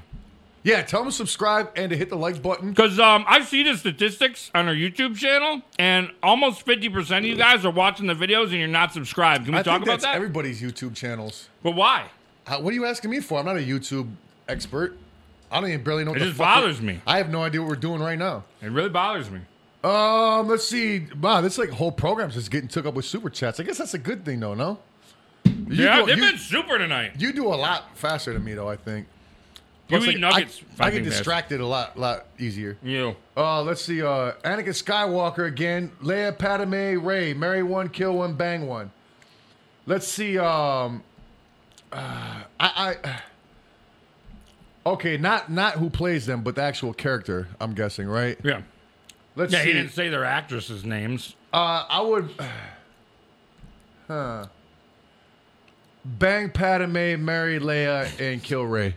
yeah, tell them to subscribe and to hit the like button. Because um, I see the statistics on our YouTube channel, and almost 50% of you guys are watching the videos and you're not subscribed. Can we I talk think about that's that? everybody's YouTube channels. but why? How- what are you asking me for? I'm not a YouTube expert. I don't even barely know. What It the just fuck bothers we're- me. I have no idea what we're doing right now. It really bothers me. Um, let's see. Wow, this like whole program's just getting took up with super chats. I guess that's a good thing though, no? You yeah, do, they've you, been super tonight. you do a lot faster than me though. I think. You Plus, eat like, I- nuggets. I, fucking bastard. get distracted a lot, lot easier. You. Uh, let's see. Uh, Anakin Skywalker again. Leia, Padme, Ray. Marry one, kill one, bang one. Let's see. Um, uh, I, I, Okay, not not who plays them, but the actual character. I'm guessing, right? Yeah. Let's Yeah, see. he didn't say their actresses' names. Uh, I would. Huh. Bang Padme, marry Leia, and kill Ray.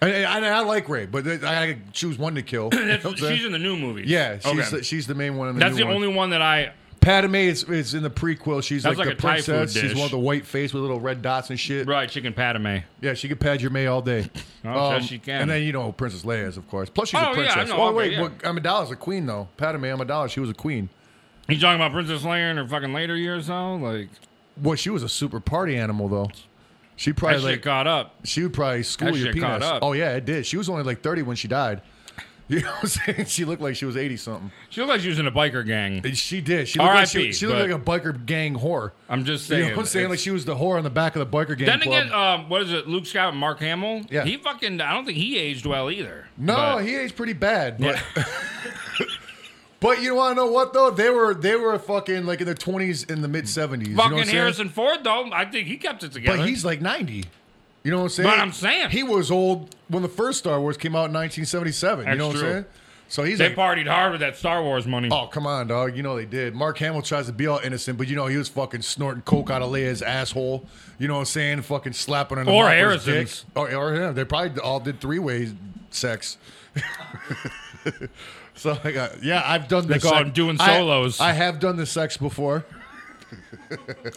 And, and I, I like Ray, but I gotta choose one to kill. You know That's, what I'm she's saying? in the new movies. yeah, she's okay. the, she's the main one. In the That's new the one. only one that I. Padme is, is in the prequel. She's That's like, like the a Thai food princess. She's dish. one with the white face with little red dots and shit. Right, Chicken Padme. Yeah, she could pad your May all day. Um, Oh, yes, she can. And then you know who Princess Leia is, of course. Plus she's Oh, a yeah, princess. I know. Oh Okay, wait, yeah. well, Amidala's a queen though. Padme Amidala, she was a queen. You talking about Princess Leia in her fucking later years though? Like Well, she was a super party animal though. She that probably shit like, caught up. she would probably school that your shit caught penis. up. Oh yeah, it did. She was only like thirty when she died. You know what I'm saying? She looked like she was eighty something. She looked like she was in a biker gang. She did. She looked like she, R.I.P., she looked but- like a biker gang whore. I'm just You saying. know what I'm saying? it's- Like she was the whore on the back of the biker gang. then club. again, um, what is it? Luke Scott and Mark Hamill. Yeah. he fucking. I don't think he aged well either. No, But- he aged pretty bad. But, Yeah. but you want to know what though? They were they were fucking like in their twenties in the mid fucking seventies. you know what I'm saying? Harrison Ford though. I think he kept it together. But he's like ninety. You know what I'm saying? But I'm saying- he was old when the first Star Wars came out in 1977. you That's know what true. I'm saying? So he's they like, partied hard with that Star Wars money. oh come on, dog. You know they did. Mark Hamill tries to be all innocent, but you know he was fucking snorting coke out of Leia's asshole. You know what I'm saying? Fucking slapping her in the Or mouth with his Harrison's. dick. Oh, Or, or him. They probably all did three ways sex. So I got, yeah, I've done this. call them doing I- solos. I, have done the sex before.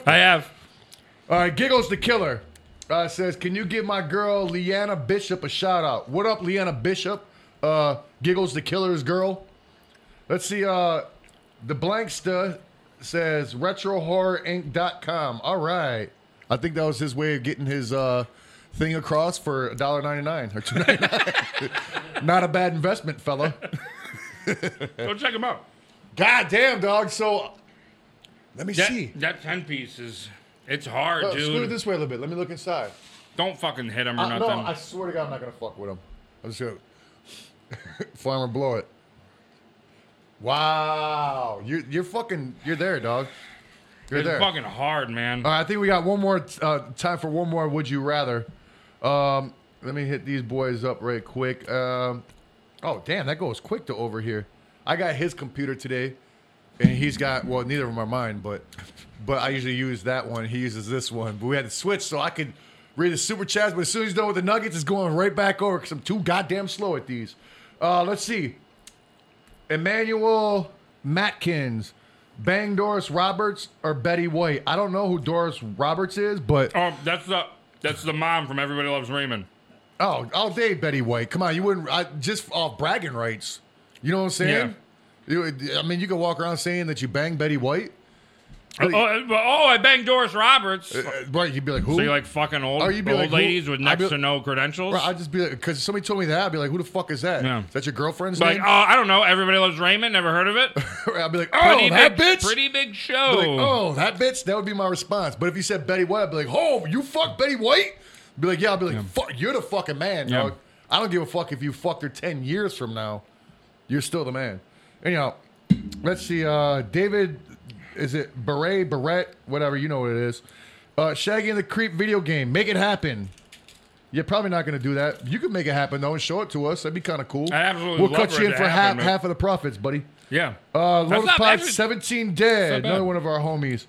I have. All right, Giggles the Killer uh, says, "Can you give my girl Leanna Bishop a shout out? What up, Leanna Bishop? Uh, Giggles the Killer's girl. Let's see. Uh, the Blanksta says RetroHorrorInc.com. All right, I think that was his way of getting his uh, thing across for $1.99 or $2.99. Not a bad investment, fella." Go check him out. God damn, dog. So let me That, see. that ten piece is. It's hard, Look, scoot it dude. this way a little bit. Let me look inside. Don't fucking hit him or I, no, nothing. I swear to God, I'm not gonna fuck with him. I'm just gonna farmer blow it. Wow, you're you're fucking you're there, dog. You're it's there. fucking hard, man. All right, I think we got one more uh, time for one more. Would you rather? Um, let me hit these boys up right quick. Um, oh damn, that goes quick to over here. I got his computer today, and he's got well, neither of them are mine, but but I usually use that one. He uses this one, but we had to switch so I could read the super chats. But as soon as he's done with the nuggets, it's going right back over because I'm too goddamn slow at these. Uh, let's see. Emmanuel Matkins, bang Doris Roberts or Betty White. I don't know who Doris Roberts is, but Oh, that's the that's the mom from Everybody Loves Raymond. oh, all day Betty White. Come on, you wouldn't I, just off bragging rights. You know what I'm saying? You, I mean, you could walk around saying that you banged Betty White, Oh, oh, oh, I banged Doris Roberts. Uh, right? You'd be like, who? So you like fucking old, Oh, you'd be old like, who- ladies with I'd next be- to no credentials? Right, I'd just be like, because somebody told me that, I'd be like, who the fuck is that? Yeah. Is that your girlfriend's like, name? oh, I don't know. Everybody loves Raymond. Never heard of it. Pretty I'd be like, oh, that big, bitch. Pretty big I'd show. be like, oh, that bitch. That would be my response. But if you said Betty White, I'd be like, oh, you fuck Betty White? I'd be like, yeah. I'd be like, fuck, you're the fucking man, Yeah. dog. I don't give a fuck if you fucked her ten years from now. You're still the man. Anyhow, let's see. Uh, David, is it Beret, Barrett, whatever you know what it is? Uh, Shaggy and the Creep video game. Make it happen. You're probably not going to do that. You could make it happen though and show it to us. That'd be kind of cool. I absolutely We'll love cut for you it in to for half, happen, man. half of the profits, buddy. yeah. Uh, That's Lotus not- Pod actually- 17 not Dead, bad. another one of our homies.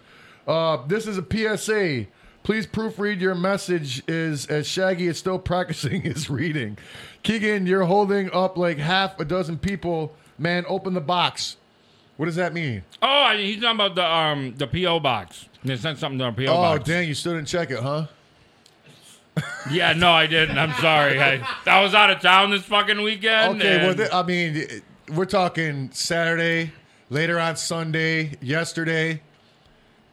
Uh, this is a PSA. Please proofread your message is as Shaggy is still practicing his reading. Keegan, you're holding up like half a dozen people. Man, open the box. What does that mean? Oh, I- he's talking about the um the PO box. They sent something to our PO Oh, box. dang, you still didn't check it, huh? Yeah, no, I didn't. I'm sorry. I, I was out of town this fucking weekend. Okay, well, and- th- I mean, it- we're talking Saturday, later on Sunday, yesterday.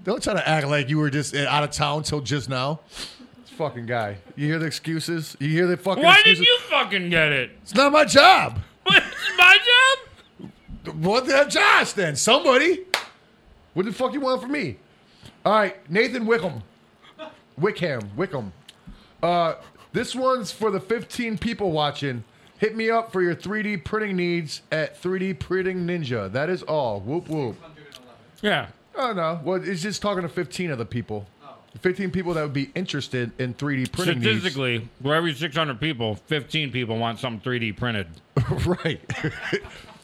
Don't try to act like you were just uh, out of town till just now. This fucking guy. You hear the excuses? You hear the fucking why did excuses? you fucking get it? It's not my job. What, it's my job? What the Josh then? Somebody. What the fuck you want from me? All right, Nathan Wickham. Wickham. Wickham. Uh, this one's for the 15 people watching. Hit me up for your 3D printing needs at 3D Printing Ninja. That is all. Whoop whoop. Yeah. Oh no. Well, it's just talking to 15 other people. 15 people that would be interested in 3D printing these. Statistically, for every 600 people, 15 people want something 3D printed. right.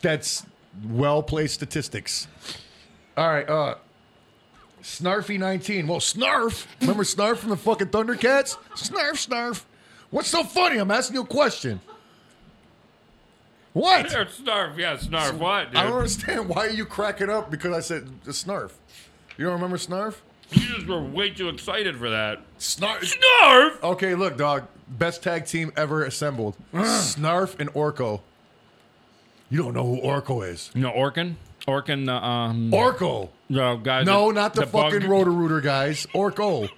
That's well placed statistics. All right. Uh, Snarfy 19. Well, Snarf. Remember Snarf from the fucking Thundercats? Snarf, Snarf. What's so funny? I'm asking you a question. What? Or snarf, yeah, snarf. What, dude? I don't understand. Why are you cracking up because I said Snarf? You don't remember Snarf? You just were way too excited for that. Snarf. Snarf! Okay, look, dog. Best tag team ever assembled. Snarf and Orko. You don't know who Orko is. You know, Orkin? Orkin, the, um, Orko. the guy. No, that- not the, bug- fucking rotor rooter guys. Orko.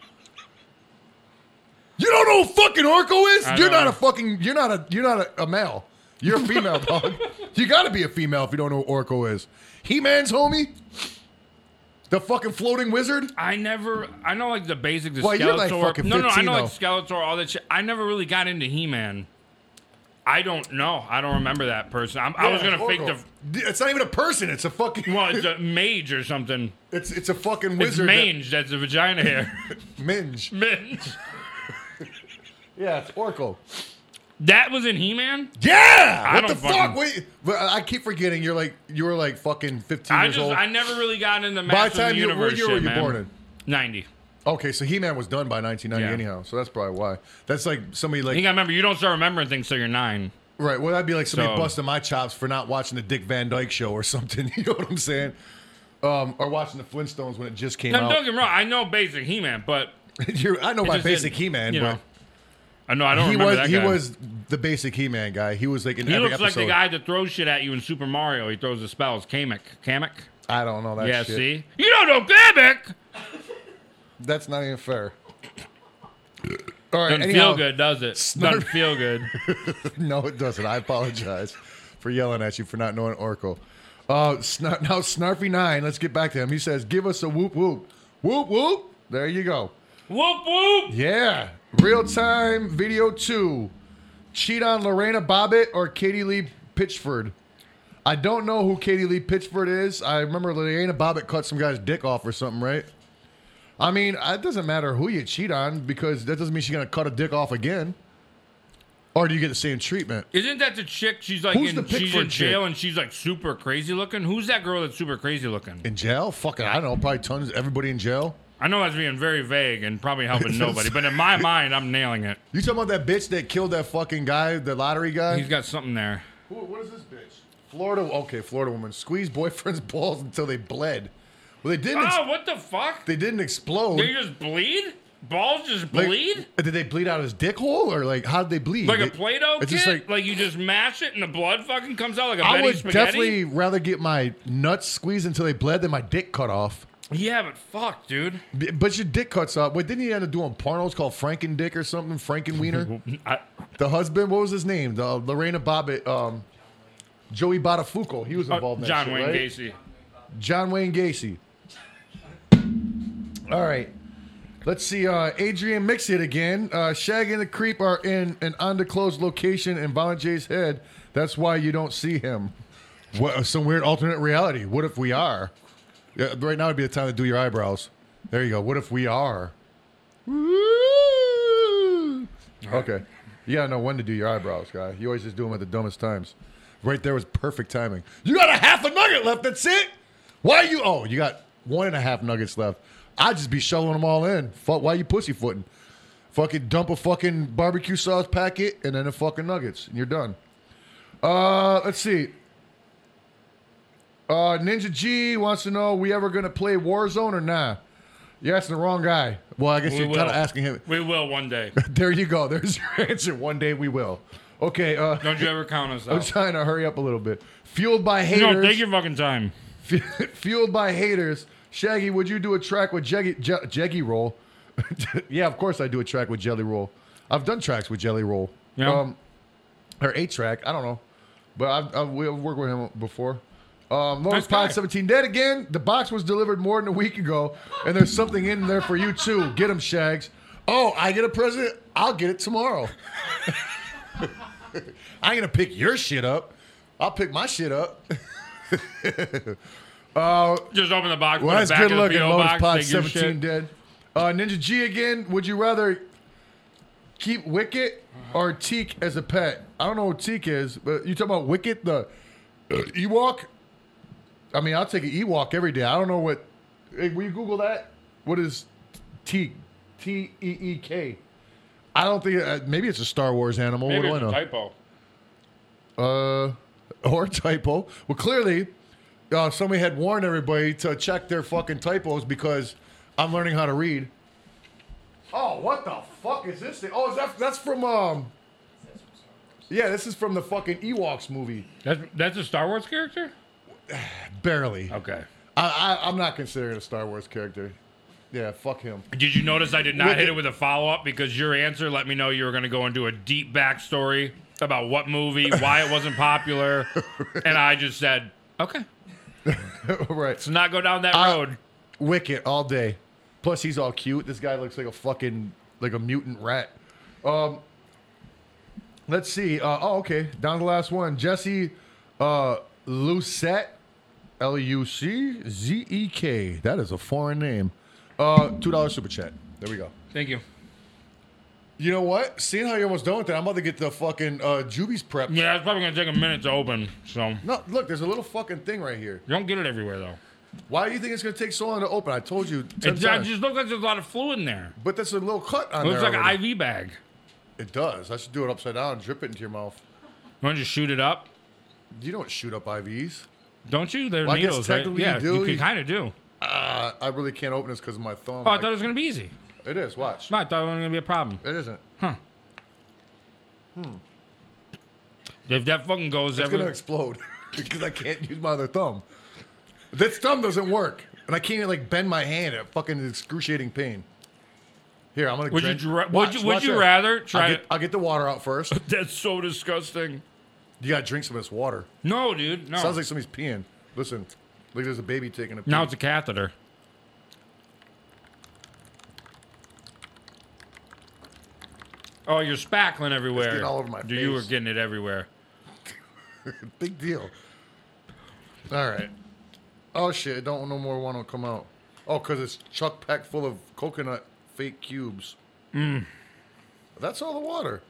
You don't know who fucking Orko is? I you're know. not a fucking you're not a you're not a, a male. You're a female, dog. You gotta be a female if you don't know who Orko is. He Man's homie? The fucking floating wizard? I never. I know like the basics. The Well, Skeletor. you're, like, fucking no, no, I 15 know like though. Skeletor, all that shit. I never really got into He-Man. I don't know. I don't remember that person. I'm, I was gonna fake Orko. the. It's not even a person, it's a fucking Well, it's a mage or something. it's it's a fucking It's wizard. that- mange. That's a vagina hair. Minge. mange. Yeah, it's Orko. That was in He-Man. Yeah! I what don't the fucking- fuck? Wait, but I I keep forgetting you're like you were like fucking 15 I years just. old. I never really got into the By Masters the time of the you, what Universe year shit, were you man. born in? Ninety. Okay, so He Man was done by 1990 Yeah. anyhow, so that's probably why. That's like somebody I like think I remember. You don't start remembering things till you're nine. right. Well, that'd be like somebody So- busting my chops for not watching the Dick Van Dyke Show or something. You know what I'm saying? Um, or watching the Flintstones when it just came No, don't out. get me wrong. I know basic He-Man, but You're, I know my just didn't, basic He Man, you but know. I know I don't he remember was that he guy. was the basic He Man guy. He was like in He every looks like episode. the guy that throws shit at you in Super Mario. He throws the spells. Kamek. Kamek? I don't know that. Yeah, shit. see? You don't know Kamek! that's not even fair. All right, Doesn't anyhow, feel good, does it? Snarf. Doesn't feel good. No, it doesn't. I apologize for yelling at you for not knowing Oracle. Uh, Snar- now Snarfy Nine. Let's get back to him. He says, "Give us a whoop whoop, whoop whoop." There you go. whoop whoop! Yeah, real time video two. Cheat on Lorena Bobbitt or Katie Lee Pitchford. I don't know who Katie Lee Pitchford is. I remember Lorena Bobbitt cut some guy's dick off or something, right? I mean, it doesn't matter who you cheat on because that doesn't mean she's gonna cut a dick off again. Or do you get the same treatment? Isn't that the chick? She's like Who's in, the she's in Pickford jail chick? and she's like super crazy looking. Who's that girl that's super crazy looking? In jail? Fucking, I don't know. Probably tons. Everybody in jail. I know that's being very vague and probably helping nobody, but in my mind, I'm nailing it. You talking about that bitch that killed that fucking guy, the lottery guy? He's got something there. Who, what is this bitch? Florida. Okay, Florida woman squeezed boyfriend's balls until they bled. Well, they didn't. ex- Oh, what the fuck? they didn't explode. They just bleed? Balls just Like, bleed? Did they bleed out his dick hole, or like how did they bleed? Like a They- Play-Doh It's kit? just Like, like- you just mash it and the blood fucking comes out like a I Betty would spaghetti? definitely rather get my nuts squeezed until they bled than my dick cut off. Yeah, but fuck, dude. B- But your dick cuts off. Wait, didn't he end up doing pornos called Franken Dick or something? Franken Wiener? I, the husband, what was his name? The Lorena Bobbitt, um, Joey Botafuco. He was involved. in that Uh, John shit, Wayne right? Gacy. John Wayne Gacy. All right. Let's see. Uh, Adrian Mix it again. Uh, Shag and the Creep are in an undisclosed location in Violent J's head. That's why you don't see him. What, uh, some weird alternate reality. What if we are? Yeah, right now would be the time to do your eyebrows. There you go. What if we are? Okay. You gotta know when to do your eyebrows, guy. You always just do them at the dumbest times. Right there was perfect timing. You got a half a nugget left. That's it. Why you? Oh, you got one and a half nuggets left. I just be shoveling them all in. Fuck. Why you pussyfooting? Fucking dump a fucking barbecue sauce packet and then the fucking nuggets, and you're done. Uh, let's see. Uh, Ninja G wants to know: We ever gonna play Warzone or nah? You're asking the wrong guy. Well, I guess We you're will. kind of asking him. We will one day. There you go. There's your answer. One day we will. Okay, uh, Don't you ever count us I'm out. trying to hurry up a little bit. Fueled by No, take haters. your fucking time. fueled by haters. Shaggy, would you do a track with Jeggy, Je- Jeggy Roll? yeah, of course I do a track with Jelly Roll. I've done tracks with Jelly Roll. Um, Yeah. or eight track. I don't know, but I've, I've, we- I've worked with him before. Um, Lawrence Nice guy. Pod 17 dead again. The box was delivered more than a week ago, and there's something in there for you too. Get him, Shags. Oh, I get a present. I'll get it tomorrow. I ain't gonna pick your shit up. I'll pick my shit up. Just open the box. put it Well, that's back good in the looking. PO Lotus box, Pod take your 17 shit. dead. Uh, Ninja G again. Would you rather keep Wicket Uh-huh. or Teak as a pet? I don't know what Teak is, but you talking about Wicket, the uh, Ewok? I mean, I'll take an Ewok every day. I don't know what. Hey, will you Google that? What is Teak? T E E K. I don't think. Uh, maybe it's a Star Wars animal. Maybe it's what do a I know? typo. uh, or typo. Well, clearly, uh, somebody had warned everybody to check their fucking typos because I'm learning how to read. Oh, what the fuck is this thing? Oh, that's that's from um. Yeah, this is from the fucking Ewoks movie. That's that's a Star Wars character. Barely. Okay. I, I I'm not considering a Star Wars character. Yeah, fuck him. Did you notice I did not Wicked. hit it with a follow up because your answer let me know you were going to go into a deep backstory about what movie, why it wasn't popular, and I just said, okay, right. let's not go down that I- road. Wicket all day. Plus, he's all cute. This guy looks like a fucking like a mutant rat. Um, let's see. Uh, oh, okay. Down to the last one. Jesse uh, Lucet, L U C Z E K. That is a foreign name. Uh, Two dollar super chat. There we go. Thank you. You know what? Seeing how you're almost done with that, I'm about to get the fucking uh, Juby's prep. Yeah, it's probably going to take a minute to open, so you No, look, there's a little fucking thing right here. don't get it everywhere though. Why do you think it's gonna take so long to open? I told you ten It times. just looks like there's a lot of fluid in there. but that's a little cut on It looks there. like already. an IV bag. It does. I should do it upside down and drip it into your mouth. You want to just shoot it up? You don't shoot up IVs. Don't you? They're Well, I guess needles, right? technically you Yeah, do. you You- can kind of do. Uh, I really can't open this because of my thumb. Oh, I Like- thought it was going to be easy. it is. Watch. No, I thought it was going to be a problem. It isn't. If that fucking goes It's going to every, explode because I can't use my other thumb. This thumb doesn't work. And I can't even like bend my hand at fucking excruciating pain. Here, I'm going to would you drink. dra- would Watch, you would watch you this. rather I'll try get, to? I'll get the water out first. That's so disgusting. You got to drink some of this water. No, dude. No. Sounds like somebody's peeing. Listen, look, there's a baby taking a pee. now it's a catheter. Oh, you're spackling everywhere. getting all over my Dude, You were face. Oh, getting it everywhere. Big deal. All right. Oh shit! Don't no more one will come out. Oh, cause it's chuck packed full of coconut fake cubes. Mm. That's all the water.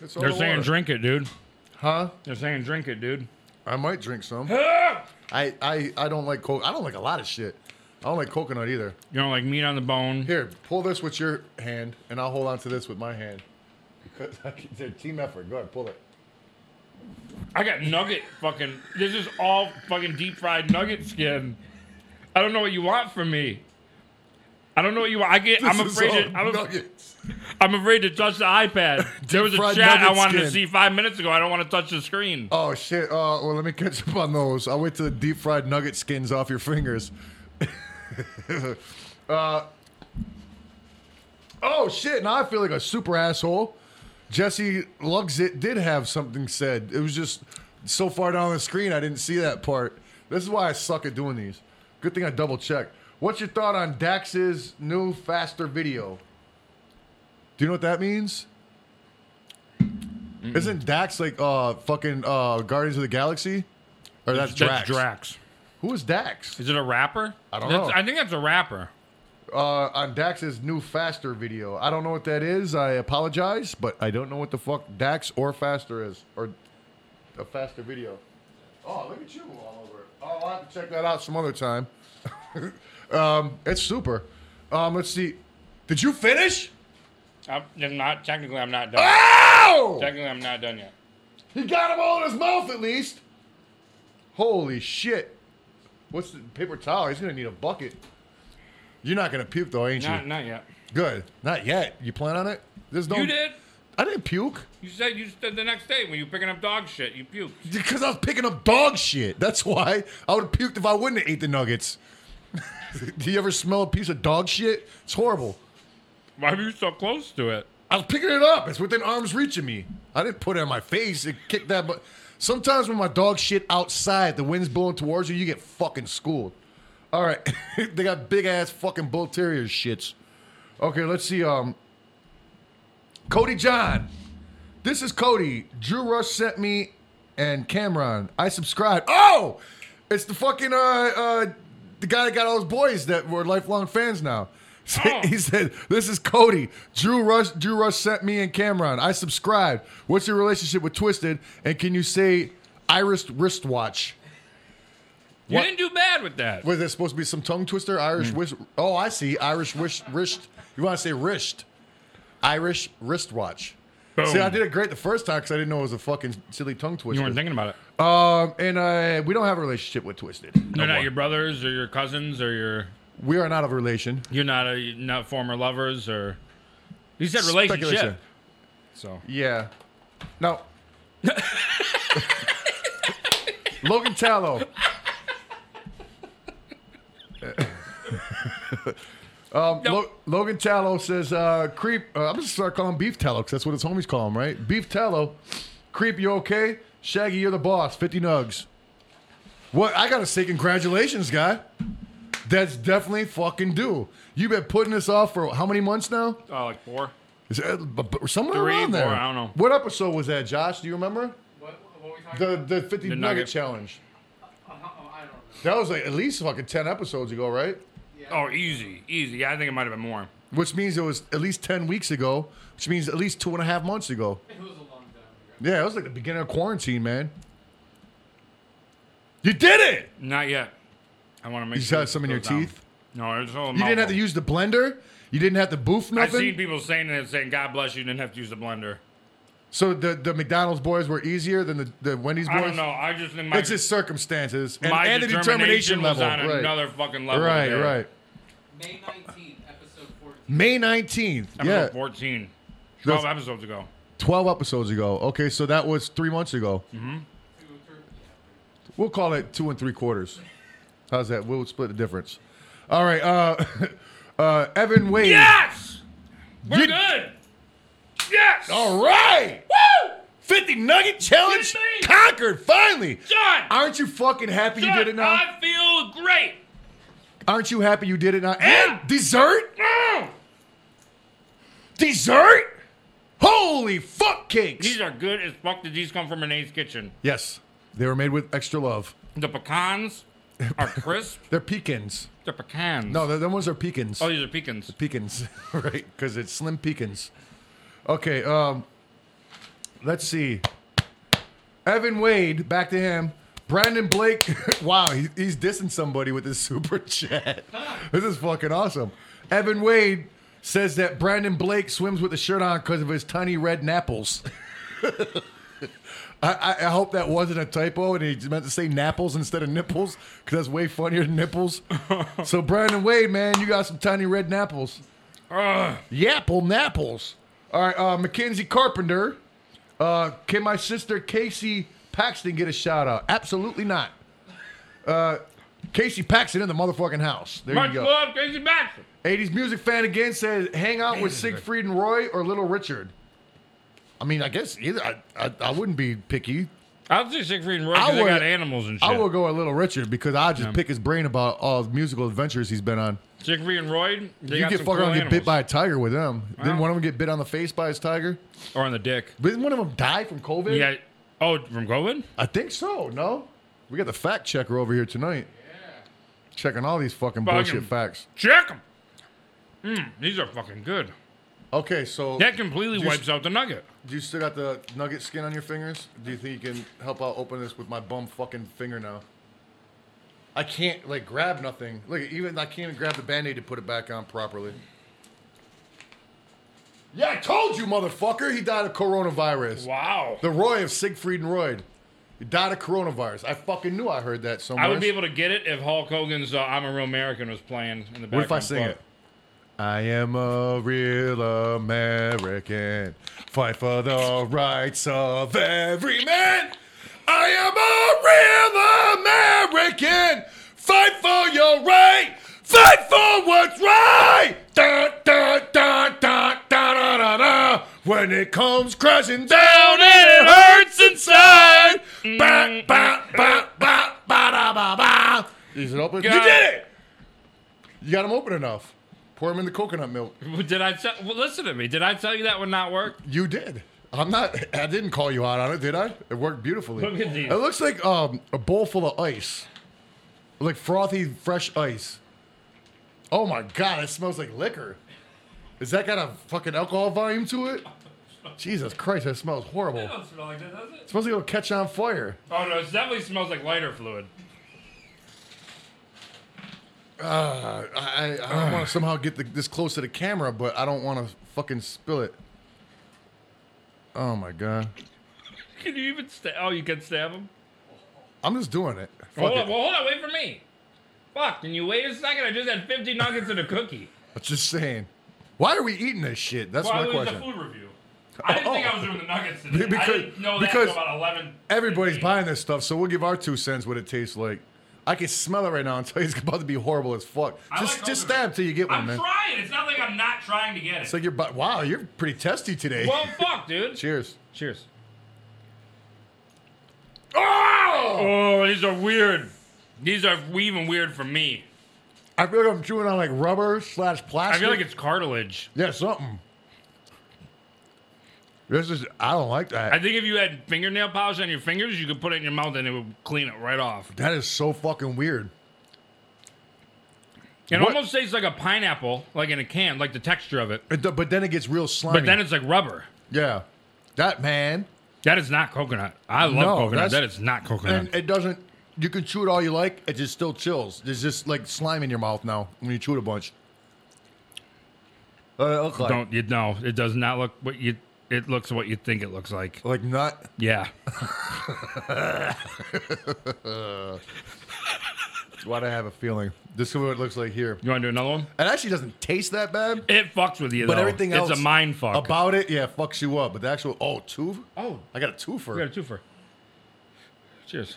That's all They're the saying water. drink it, dude. huh? They're saying drink it, dude. I might drink some. I, I I don't like co- I don't like a lot of shit. I don't like coconut either. You know, like meat on the bone. Here, pull this with your hand, and I'll hold on to this with my hand. Because I can, it's a team effort. Go ahead, pull it. I got nugget fucking. This is all fucking deep fried nugget skin. I don't know what you want from me. I don't know what you want. I get. I'm This is afraid. all To, I'm, nuggets. I'm afraid to touch the iPad. there was a fried chat I nugget wanted to skin. see five minutes ago. I don't want to touch the screen. Oh shit! Uh, well, let me catch up on those. I'll wait till the deep fried nugget skins off your fingers. uh, oh shit! Now I feel like a super asshole. Jesse Luxit did have something said. It was just so far down the screen I didn't see that part. This is why I suck at doing these. Good thing I double checked. What's your thought on Dax's new faster video? Do you know what that means? Isn't Dax like uh fucking uh Guardians of the Galaxy? Or that's, Drax. Drax. Who is Dax? Is it a rapper? I don't That's- know. I think that's a rapper. Uh, on Dax's new faster video. I don't know what that is. I apologize, but I don't know what the fuck Dax or faster is or a faster video. Oh, look at you all over. it. Oh, I'll have to check that out some other time. um, it's super. Um, let's see. Did you finish? I'm I'm not technically. I'm not done. Ow! Technically, I'm not done yet. Oh! He got him all in his mouth at least. Holy shit. What's the paper towel? He's gonna need a bucket. You're not gonna puke though, ain't Not you? not yet. Good. Not yet. You plan on it? There's no You did. I didn't puke. You said you said the next day when you were picking up dog shit, you puked. Because I was picking up dog shit. That's why. I would have puked if I wouldn't have ate the nuggets. Do you ever smell a piece of dog shit? It's horrible. Why were you so close to it? I was picking it up. It's within arm's reach of me. I didn't put it on my face. It kicked that. But sometimes when my dog shit outside, the wind's blowing towards you, you get fucking schooled. All right, they got big ass fucking bull terrier shits. Okay, let's see. Um, Cody John. This is Cody. Drew Rush sent me and Cameron. I subscribed. Oh, it's the fucking uh uh the guy that got all those boys that were lifelong fans now. He said, "This is Cody. Drew Rush. Drew Rush sent me and Cameron. I subscribed. What's your relationship with Twisted? And can you say Irish wristwatch? You didn't do bad with that. Was it supposed to be some tongue twister? Irish Hmm. wrist. Oh, I see. Irish wrist. wrist. You want to say wrist? Irish wristwatch. See, I did it great the first time because I didn't know it was a fucking silly tongue Oh. You twister. weren't thinking about it. um, and uh, we don't have a relationship with Twisted. They're more. not your brothers or your cousins or your. We are not of a relation. You're not a you're not former lovers or. You said relationship. Speculation. So Yeah. No. Logan Tallow. um, Lo- Logan Tallow says, uh, "Creep." Uh, I'm gonna start calling him Beef Tallow because that's what his homies call him, right? Beef Tallow. Creep, you okay? Shaggy, you're the boss. Fifty nugs. What I gotta say, congratulations, guy. That's definitely fucking due. You've been putting this off for how many months now? uh, like four. Is that, but, but somewhere Three, around there. four, I don't know. What episode was that, Josh? Do you remember? What, what were we talking The about? the 50 The nugget, nugget. challenge. Oh, oh, I don't know. That was like at least fucking 10 episodes ago, right? Oh, easy, easy. Yeah, I think it might have been more. Which means it was at least 10 weeks ago, which means at least two and a half months ago. It was a long time Yeah, it was like the beginning of quarantine, man. You did it! Not yet. I want to make. You just sure had some in your this goes down. teeth? No, it's all. You didn't have to use the blender? You didn't have to boof I've nothing? seen people saying that, saying God bless you, you didn't have to use the blender. so the, the McDonald's boys were easier than the, the Wendy's boys? I don't know. I just think my, It's just circumstances and, my and the determination, determination was level. on right, another fucking level. right, today. right. ago. May 19th, episode 14. May 19th. Episode Yeah. 14. 12 That's- episodes ago. 12 episodes ago. Okay, so that was three months ago. Mm-hmm. Two, three, yeah. We'll call it two and three quarters. How's that? We'll split the difference. All right. Uh, uh, Evan Wade. Yes! We're You- good! Yes! All right. Woo! 50 Nugget Challenge Get me! conquered, finally. Done! Aren't you fucking happy you Done! did it now? I feel great! Aren't you happy you did it now? Yeah. And dessert? Mm. Dessert? Holy fuck cakes. These are good as fuck. Did these come from Renee's kitchen? yes. They were made with extra love. The pecans are crisp. They're pecans. They're pecans. No, the, the ones are pecans. Oh, these are pecans. Pecans, right? Because it's Slim Pecans. Okay, um, let's see. Evan Wade, back to him. Brandon Blake, wow, he, he's dissing somebody with his super chat. This is fucking awesome. Evan Wade says that Brandon Blake swims with the shirt on because of his tiny red napples. I, I, I hope that wasn't a typo and he meant to say napples instead of nipples because that's way funnier than nipples. so, Brandon Wade, man, you got some tiny red napples. Ugh. Yapple Napples. All right, uh, Mackenzie Carpenter. Uh, can my sister Casey Paxton get a shout out? Absolutely not. Uh, Casey Paxton in the motherfucking house. There Much you go. love, Casey Baxter. 80s music fan again says, hang out with Siegfried and Roy or Little Richard. I mean, I guess either. I, I, I wouldn't be picky. I'll say Siegfried and Roy I 'cause they would- got animals and shit. I will go with Little Richard because I just pick his brain about all the musical adventures he's been on. Siegfried and Roy, they you got get some fucking cool around and get bit animals. by a tiger with them. Didn't Well. one of them get bit on the face by his tiger? Or on the dick. Didn't one of them die from COVID? Yeah. Oh, from COVID? I think so. No, we got the fact checker over here tonight. Checking all these fucking Fucking- bullshit facts. Check them. Mm, these are fucking good. Okay, so That completely Do you- wipes out the nugget. do you still got the nugget skin on your fingers? Do you think you can help out open this with my bum fucking finger now? I can't like grab nothing. Look, even I can't even grab the band-aid to put it back on properly. Yeah, I told you, motherfucker. He died of coronavirus. Wow. The Roy of Siegfried and Roy. He died of coronavirus. I fucking knew I heard that somewhere. I would be able to get it if Hulk Hogan's uh, "I'm a Real American" was playing in the background. What if I sing but- it? I am a real American. Fight for the rights of every man. I am a real American. Fight for your right. Fight for what's right. Da, da, da, da, da, da, da, da. When it comes crashing down and it hurts inside. Ba, ba, ba, ba, ba, da, ba, ba. Is it open? You God. did it. You got them open enough. Pour them in the coconut milk. Did I tell? Well, listen to me. Did I tell you that would not work? You did. I'm not. I didn't call you out on it, did I? It worked beautifully. Look at these. It looks like um, a bowl full of ice, like frothy fresh ice. Oh my god, it smells like liquor. Is that got a fucking alcohol volume to it? Jesus Christ, that smells horrible. don't smell like that, does it? supposed to go catch on fire. Oh no, it definitely smells like lighter fluid. Uh, I, I don't want to somehow get the, this close to the camera, but I don't want to fucking spill it. Oh my god, Can you even stab? Oh, you can stab him. I'm just doing it. Fuck Hold it. on, well, hold on, wait for me. Fuck, can you wait a second? I just had 50 nuggets and a cookie. I'm just saying. Why are we eating this shit? That's well, my it was question. the food review. I didn't think I was doing the nuggets today. Because- I didn't know that because until about 11. Everybody's 15. buying this stuff, so we'll give our two cents what it tastes like. I can smell it right now and tell you it's about to be horrible as fuck. I Just, like just all of it. stab till you get one, I'm man. trying. It's not like I'm not trying to get it. It's like you're, bu- wow, you're pretty testy today. well, fuck, dude. Cheers. Cheers. Oh! Oh, these are weird. These are even weird for me. I feel like I'm chewing on like rubber slash I plastic. feel like it's cartilage. yeah, something. This is I don't like that. I think if you had fingernail polish on your fingers, you could put it in your mouth and it would clean it right off. that is so fucking weird. It What- almost tastes like a pineapple, like in a can, like the texture of it. It do- but then it gets real slimy. But then it's like rubber. yeah, that man. That is not coconut. I love No, coconut. that's- That is not coconut. And it doesn't. You can chew it all you like. It just still chills. There's just like slime in your mouth now when you chew it a bunch. What it look like? Don't you know? It does not look what you. It looks what you think it looks like. Like nut. Yeah. That's what I have a feeling. This is what it looks like here. You want to do another one? It actually doesn't taste that bad. It fucks with you. But though. everything else It's a mind fuck. about it, yeah, fucks you up. But the actual oh two, oh, I got a two for we got a twofer. Cheers.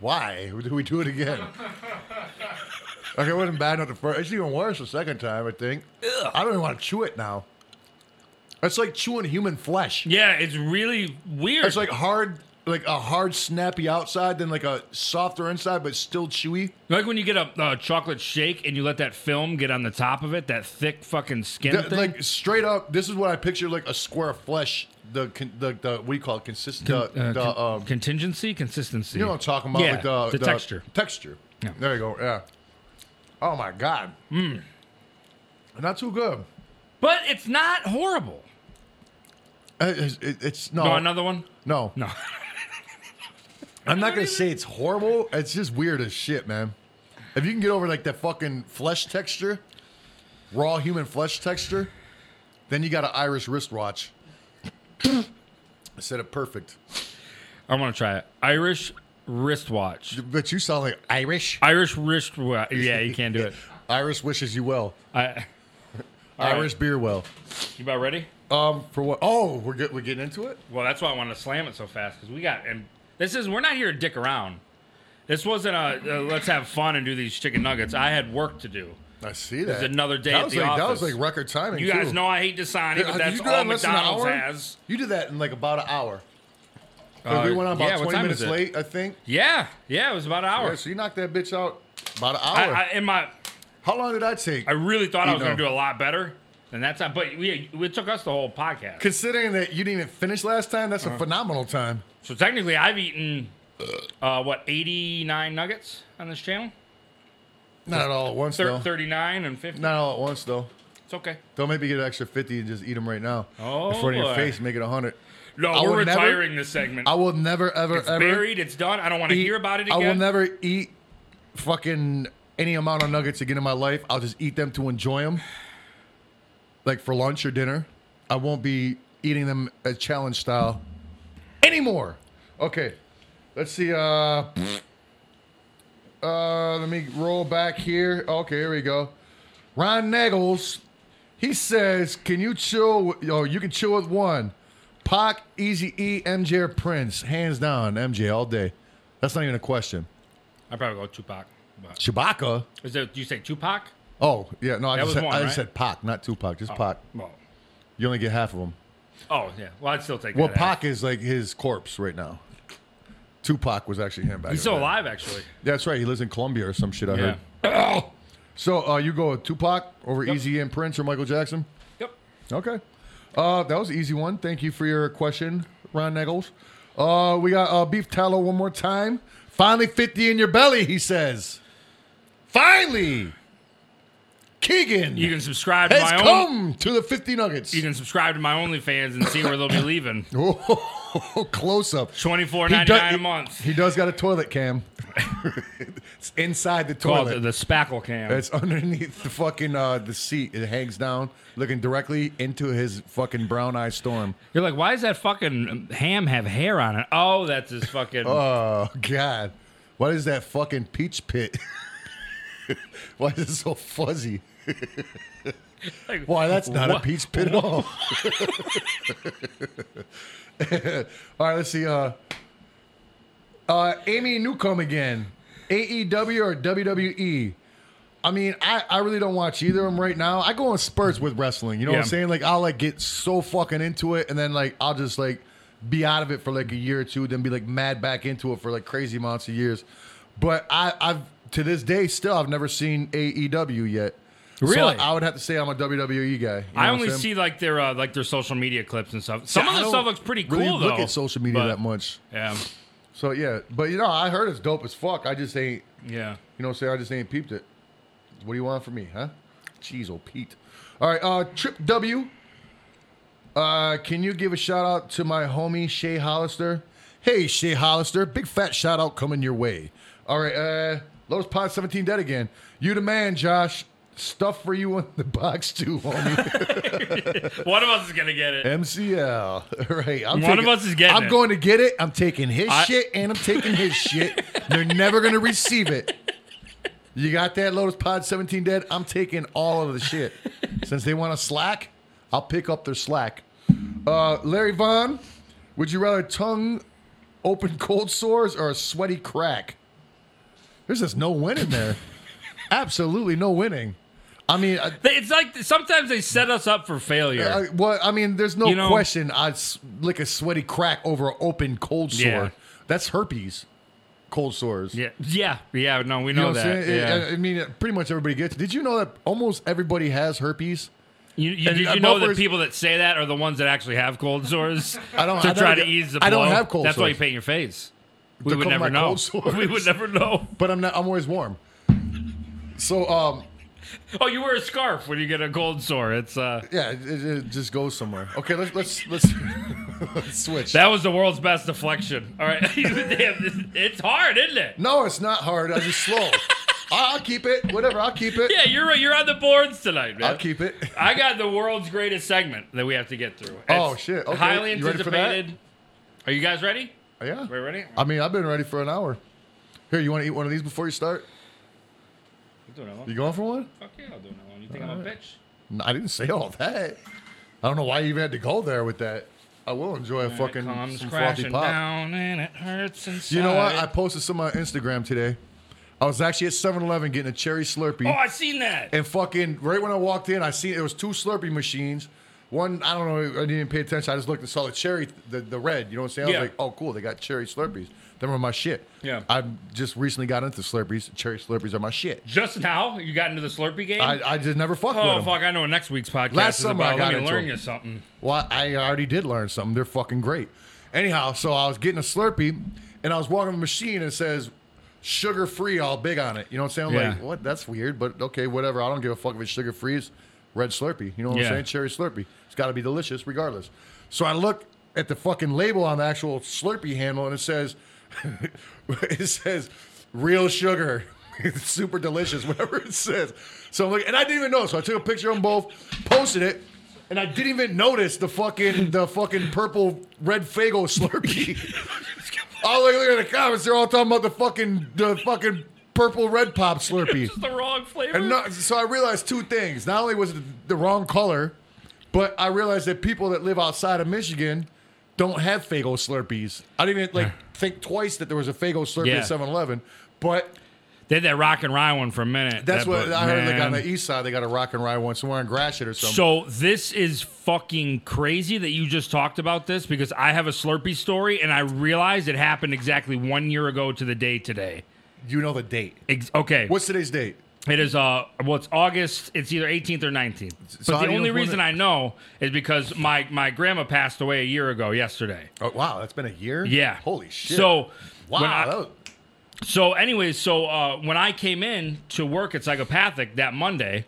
Why do we do it again? okay, it wasn't bad enough the first. It's even worse the second time, I think. I don't even want to chew it now. It's like chewing human flesh. Yeah, it's really weird. It's like hard, like a hard snappy outside, then like a softer inside, but still chewy. Like when you get a uh, chocolate shake and you let that film get on the top of it, that thick fucking skin Th- thing. like straight up, this is what I picture like a square of flesh. The con- the, the what do you call it? Consistent. the, Uh, the, con- um, contingency, consistency. You know what I'm talking about? Yeah, like the, the texture. Texture. Yeah. There you go. Yeah. Oh my god. Mm. Not too good. But it's not horrible. Uh, It's, it- it's- no, Oh, another one? no, No. I'm not gonna say it's horrible. It's just weird as shit, man. If you can get over like that fucking flesh texture, raw human flesh texture, then you got an Irish wristwatch. I said it perfect, I want to try it. Irish wristwatch. but you sound like Irish. Irish wristwatch. Yeah, you can't do it. Irish wishes you well. I, right. Irish beer well. you about ready? Um, for what? Oh, we're get, we're getting into it. Well, that's why I wanted to slam it so fast because we got and this is we're not here to dick around. This wasn't a uh, let's have fun and do these chicken nuggets. I had work to do. I see that. another day That at was the like, office. That was like record timing. You guys too. know I hate Dasani, but Uh, that's you did that all in less than an McDonald's hour? has. You did that in like about an hour. 'Cause Uh, we went on about yeah, what 20 time minutes is it? late, I think. Yeah, yeah, it was about an hour. Yeah, so you knocked that bitch out about an I, hour. I, in my, How long did I take? I really thought I You was going know. to do a lot better, and that's not. But we, it took us the whole podcast. Considering that you didn't even finish last time, Uh-huh. that's a phenomenal time. So technically, I've eaten uh, what eighty nine nuggets on this channel. Not all at once, Thir- though. Thirty nine and fifty. Not all at once, though. It's okay. Don't maybe get an extra 50 and just eat them right now. Oh, In front of your boy. face, make it 100. No, I we're will never- retiring this segment. I will never, ever, it's ever. buried. It's done. I don't want to eat- hear about it I again. will never eat fucking any amount of nuggets again in my life. I'll just eat them to enjoy them, like for lunch or dinner. I won't be eating them as challenge style anymore. Okay, let's see. Uh, uh, let me roll back here. Okay, here we go. Ron Nagels, he says, "Can you chill? With, oh, you can chill with one." Pac, Easy E, MJ, or Prince, hands down, MJ all day. That's not even a question. I probably go Tupac. But Chewbacca. is that you say Tupac? Oh yeah, no, I That just was said, one, I just right? Oh. said Pac, not Tupac, just Pac. Well, You only get half of them. oh yeah. Well, I'd still take. Well, that as- Pac is like his corpse right now. Tupac was actually him back. He's in still the day. alive, actually. Yeah, that's right. He lives in Colombia or some shit. I Yeah. heard. So uh, you go with Tupac over Yep. Easy and Prince or Michael Jackson? Yep. Okay. Uh, that was an easy one. Thank you for your question, Ron Neggles. Uh, we got uh, beef tallow one more time. Finally, 50 in your belly, he says. Finally, Keegan You can subscribe to has my own. come to the 50 Nuggets. You can subscribe to my OnlyFans and see where they'll be leaving. Oh, close up. Twenty four He ninety does- nine a month. He does got a toilet cam. it's inside the Called the, toilet. the spackle cam. it's underneath the fucking uh, the seat. It hangs down, looking directly into his fucking brown eye storm. You're like, why does that fucking ham have hair on it? Oh, that's his fucking. Oh God, what is that fucking peach pit? Why is it so fuzzy? like, Why that's not a what- peach pit at all. all right, let's see. Uh, uh, Amy Newcomb again. AEW or WWE? I mean, I, I really don't watch either of them right now. I go on spurts with wrestling. You know what Yeah. I'm saying? Like I'll like get so fucking into it, and then like I'll just like be out of it for like a year or two, then be like mad back into it for like crazy amounts of years. But I I've to this day still I've never seen AEW yet. So Really? I would have to say I'm a WWE guy. You know I what I'm only saying? see like their uh, like their social media clips and stuff. Yeah, Some I of the don't stuff looks pretty cool really though. Look at social media but- that much. Yeah, So yeah, but you know I heard it's dope as fuck. I just ain't yeah. You know what I'm saying? I just ain't peeped it. What do you want from me, huh? Jeez, oh Pete. All right, uh, Trip W. Uh, can you give a shout out to my homie Shay Hollister? Hey, Shay Hollister, big fat shout out coming your way. All right, uh, Lotus Pod 17 dead again. You the man, Josh. Stuff for you in the box too, homie. One of us is gonna get it. MCL. All right, I'm One taking- of us is getting I'm it. going to get it. I'm taking his I- shit and I'm taking his shit. They're never going to receive it. You got that Lotus Pod 17 dead? I'm taking all of the shit. Since they want to slack, I'll pick up their slack. Uh, Larry Vaughn, would you rather tongue open cold sores or a sweaty crack? There's just no winning there. Absolutely no winning. I mean, I, They- It's like sometimes they set us up for failure. I, well, I mean, there's no You know- question. I'd s- lick a sweaty crack over an open cold sore. Yeah. That's herpes, cold sores. yeah, yeah, yeah. No, we You know, know what I'm that. saying? yeah. I, I mean, pretty much everybody gets. Did you know that almost everybody has herpes? you you, and, did uh, you know that motherfuckers- people that say that are the ones that actually have cold sores? I don't- To I try to don't get- ease the I don't blow? have cold That's why you sores. paint your face. We They're would called never my know. cold sores. We would never know. But I'm not. I'm always warm. So, um, Oh, you wear a scarf when you get a cold sore. It's uh, yeah, it, it just goes somewhere. Okay, let's let's let's, let's switch. that was the world's best deflection. All right, Damn, this- it's hard, isn't it? no, it's not hard. I just slow. I'll keep it. Whatever. I'll keep it. Yeah, you're you're on the boards tonight, man. I'll keep it. I got the world's greatest segment that we have to get through. Oh, shit. Okay. Highly You ready for that? anticipated. Are you guys ready? Yeah. Are you ready? I mean, I've been ready for an hour. Here, you want to eat one of these before you start? I'm doing it alone. You going for one? Fuck yeah, I'll do it alone. You think I'm a bitch? No, I didn't say all that. I don't know why you even had to go there with that. I will enjoy a fucking it comes some frothy crashing pop. down and it hurts inside. You know what? I posted some on Instagram today. I was actually at 7-Eleven getting a cherry Slurpee, oh, I seen that. and fucking right when I walked in, I seen it was two Slurpee machines. One, I don't know, I didn't pay attention. I just looked and saw the cherry, the, the red. You know what I'm saying? I Yeah. was like, oh, cool, they got cherry Slurpees. Them were my shit. Yeah. I just recently got into Slurpees. Cherry Slurpees are my shit. Just now, you got into the Slurpee game. I, I just never fucked with oh 'em. fuck! I know what next week's podcast Last is summer I about. got Let me into learn it. you something. Well, I already did learn something. They're fucking great. Anyhow, so I was getting a Slurpee and I was walking the machine and it says sugar free all big on it. You know what I'm saying? I'm Yeah. like, what? That's weird, but okay, whatever. I don't give a fuck if it's sugar free. It's red Slurpee. You know what Yeah. I'm saying? Cherry Slurpee. It's got to be delicious regardless. So I look at the fucking label on the actual Slurpee handle and it says, it says real sugar. It's super delicious, whatever it says. So I'm like, and I didn't even know. So I took a picture of them both, posted it, and I didn't even notice the fucking the fucking purple red Fago Slurpee. I was like, look at the comments. They're all talking about the fucking the fucking purple red pop Slurpee. It's the wrong flavor. And not, so I realized two things. Not only was it the wrong color, but I realized that people that live outside of Michigan don't have Fago Slurpees. I didn't even like think twice that there was a Fago Slurpee Yeah. at 7-Eleven, but They had that rock and rye one for a minute. that's That what book- I heard. Like on man. the east side, they got a rock and ride one somewhere in Gratiot or something. So this is fucking crazy that you just talked about this because I have a Slurpee story and I realized it happened exactly one year ago to the day today. you know the date. Ex- okay, What's today's date? it is uh, well, it's August. It's either 18th or 19th. but So how the do you only know when reason it- I know is because my my grandma passed away a year ago yesterday. Oh, wow, that's been a year. Yeah. Holy shit. So wow, when I- that was- So, anyways, so uh, when I came in to work at Psychopathic that Monday,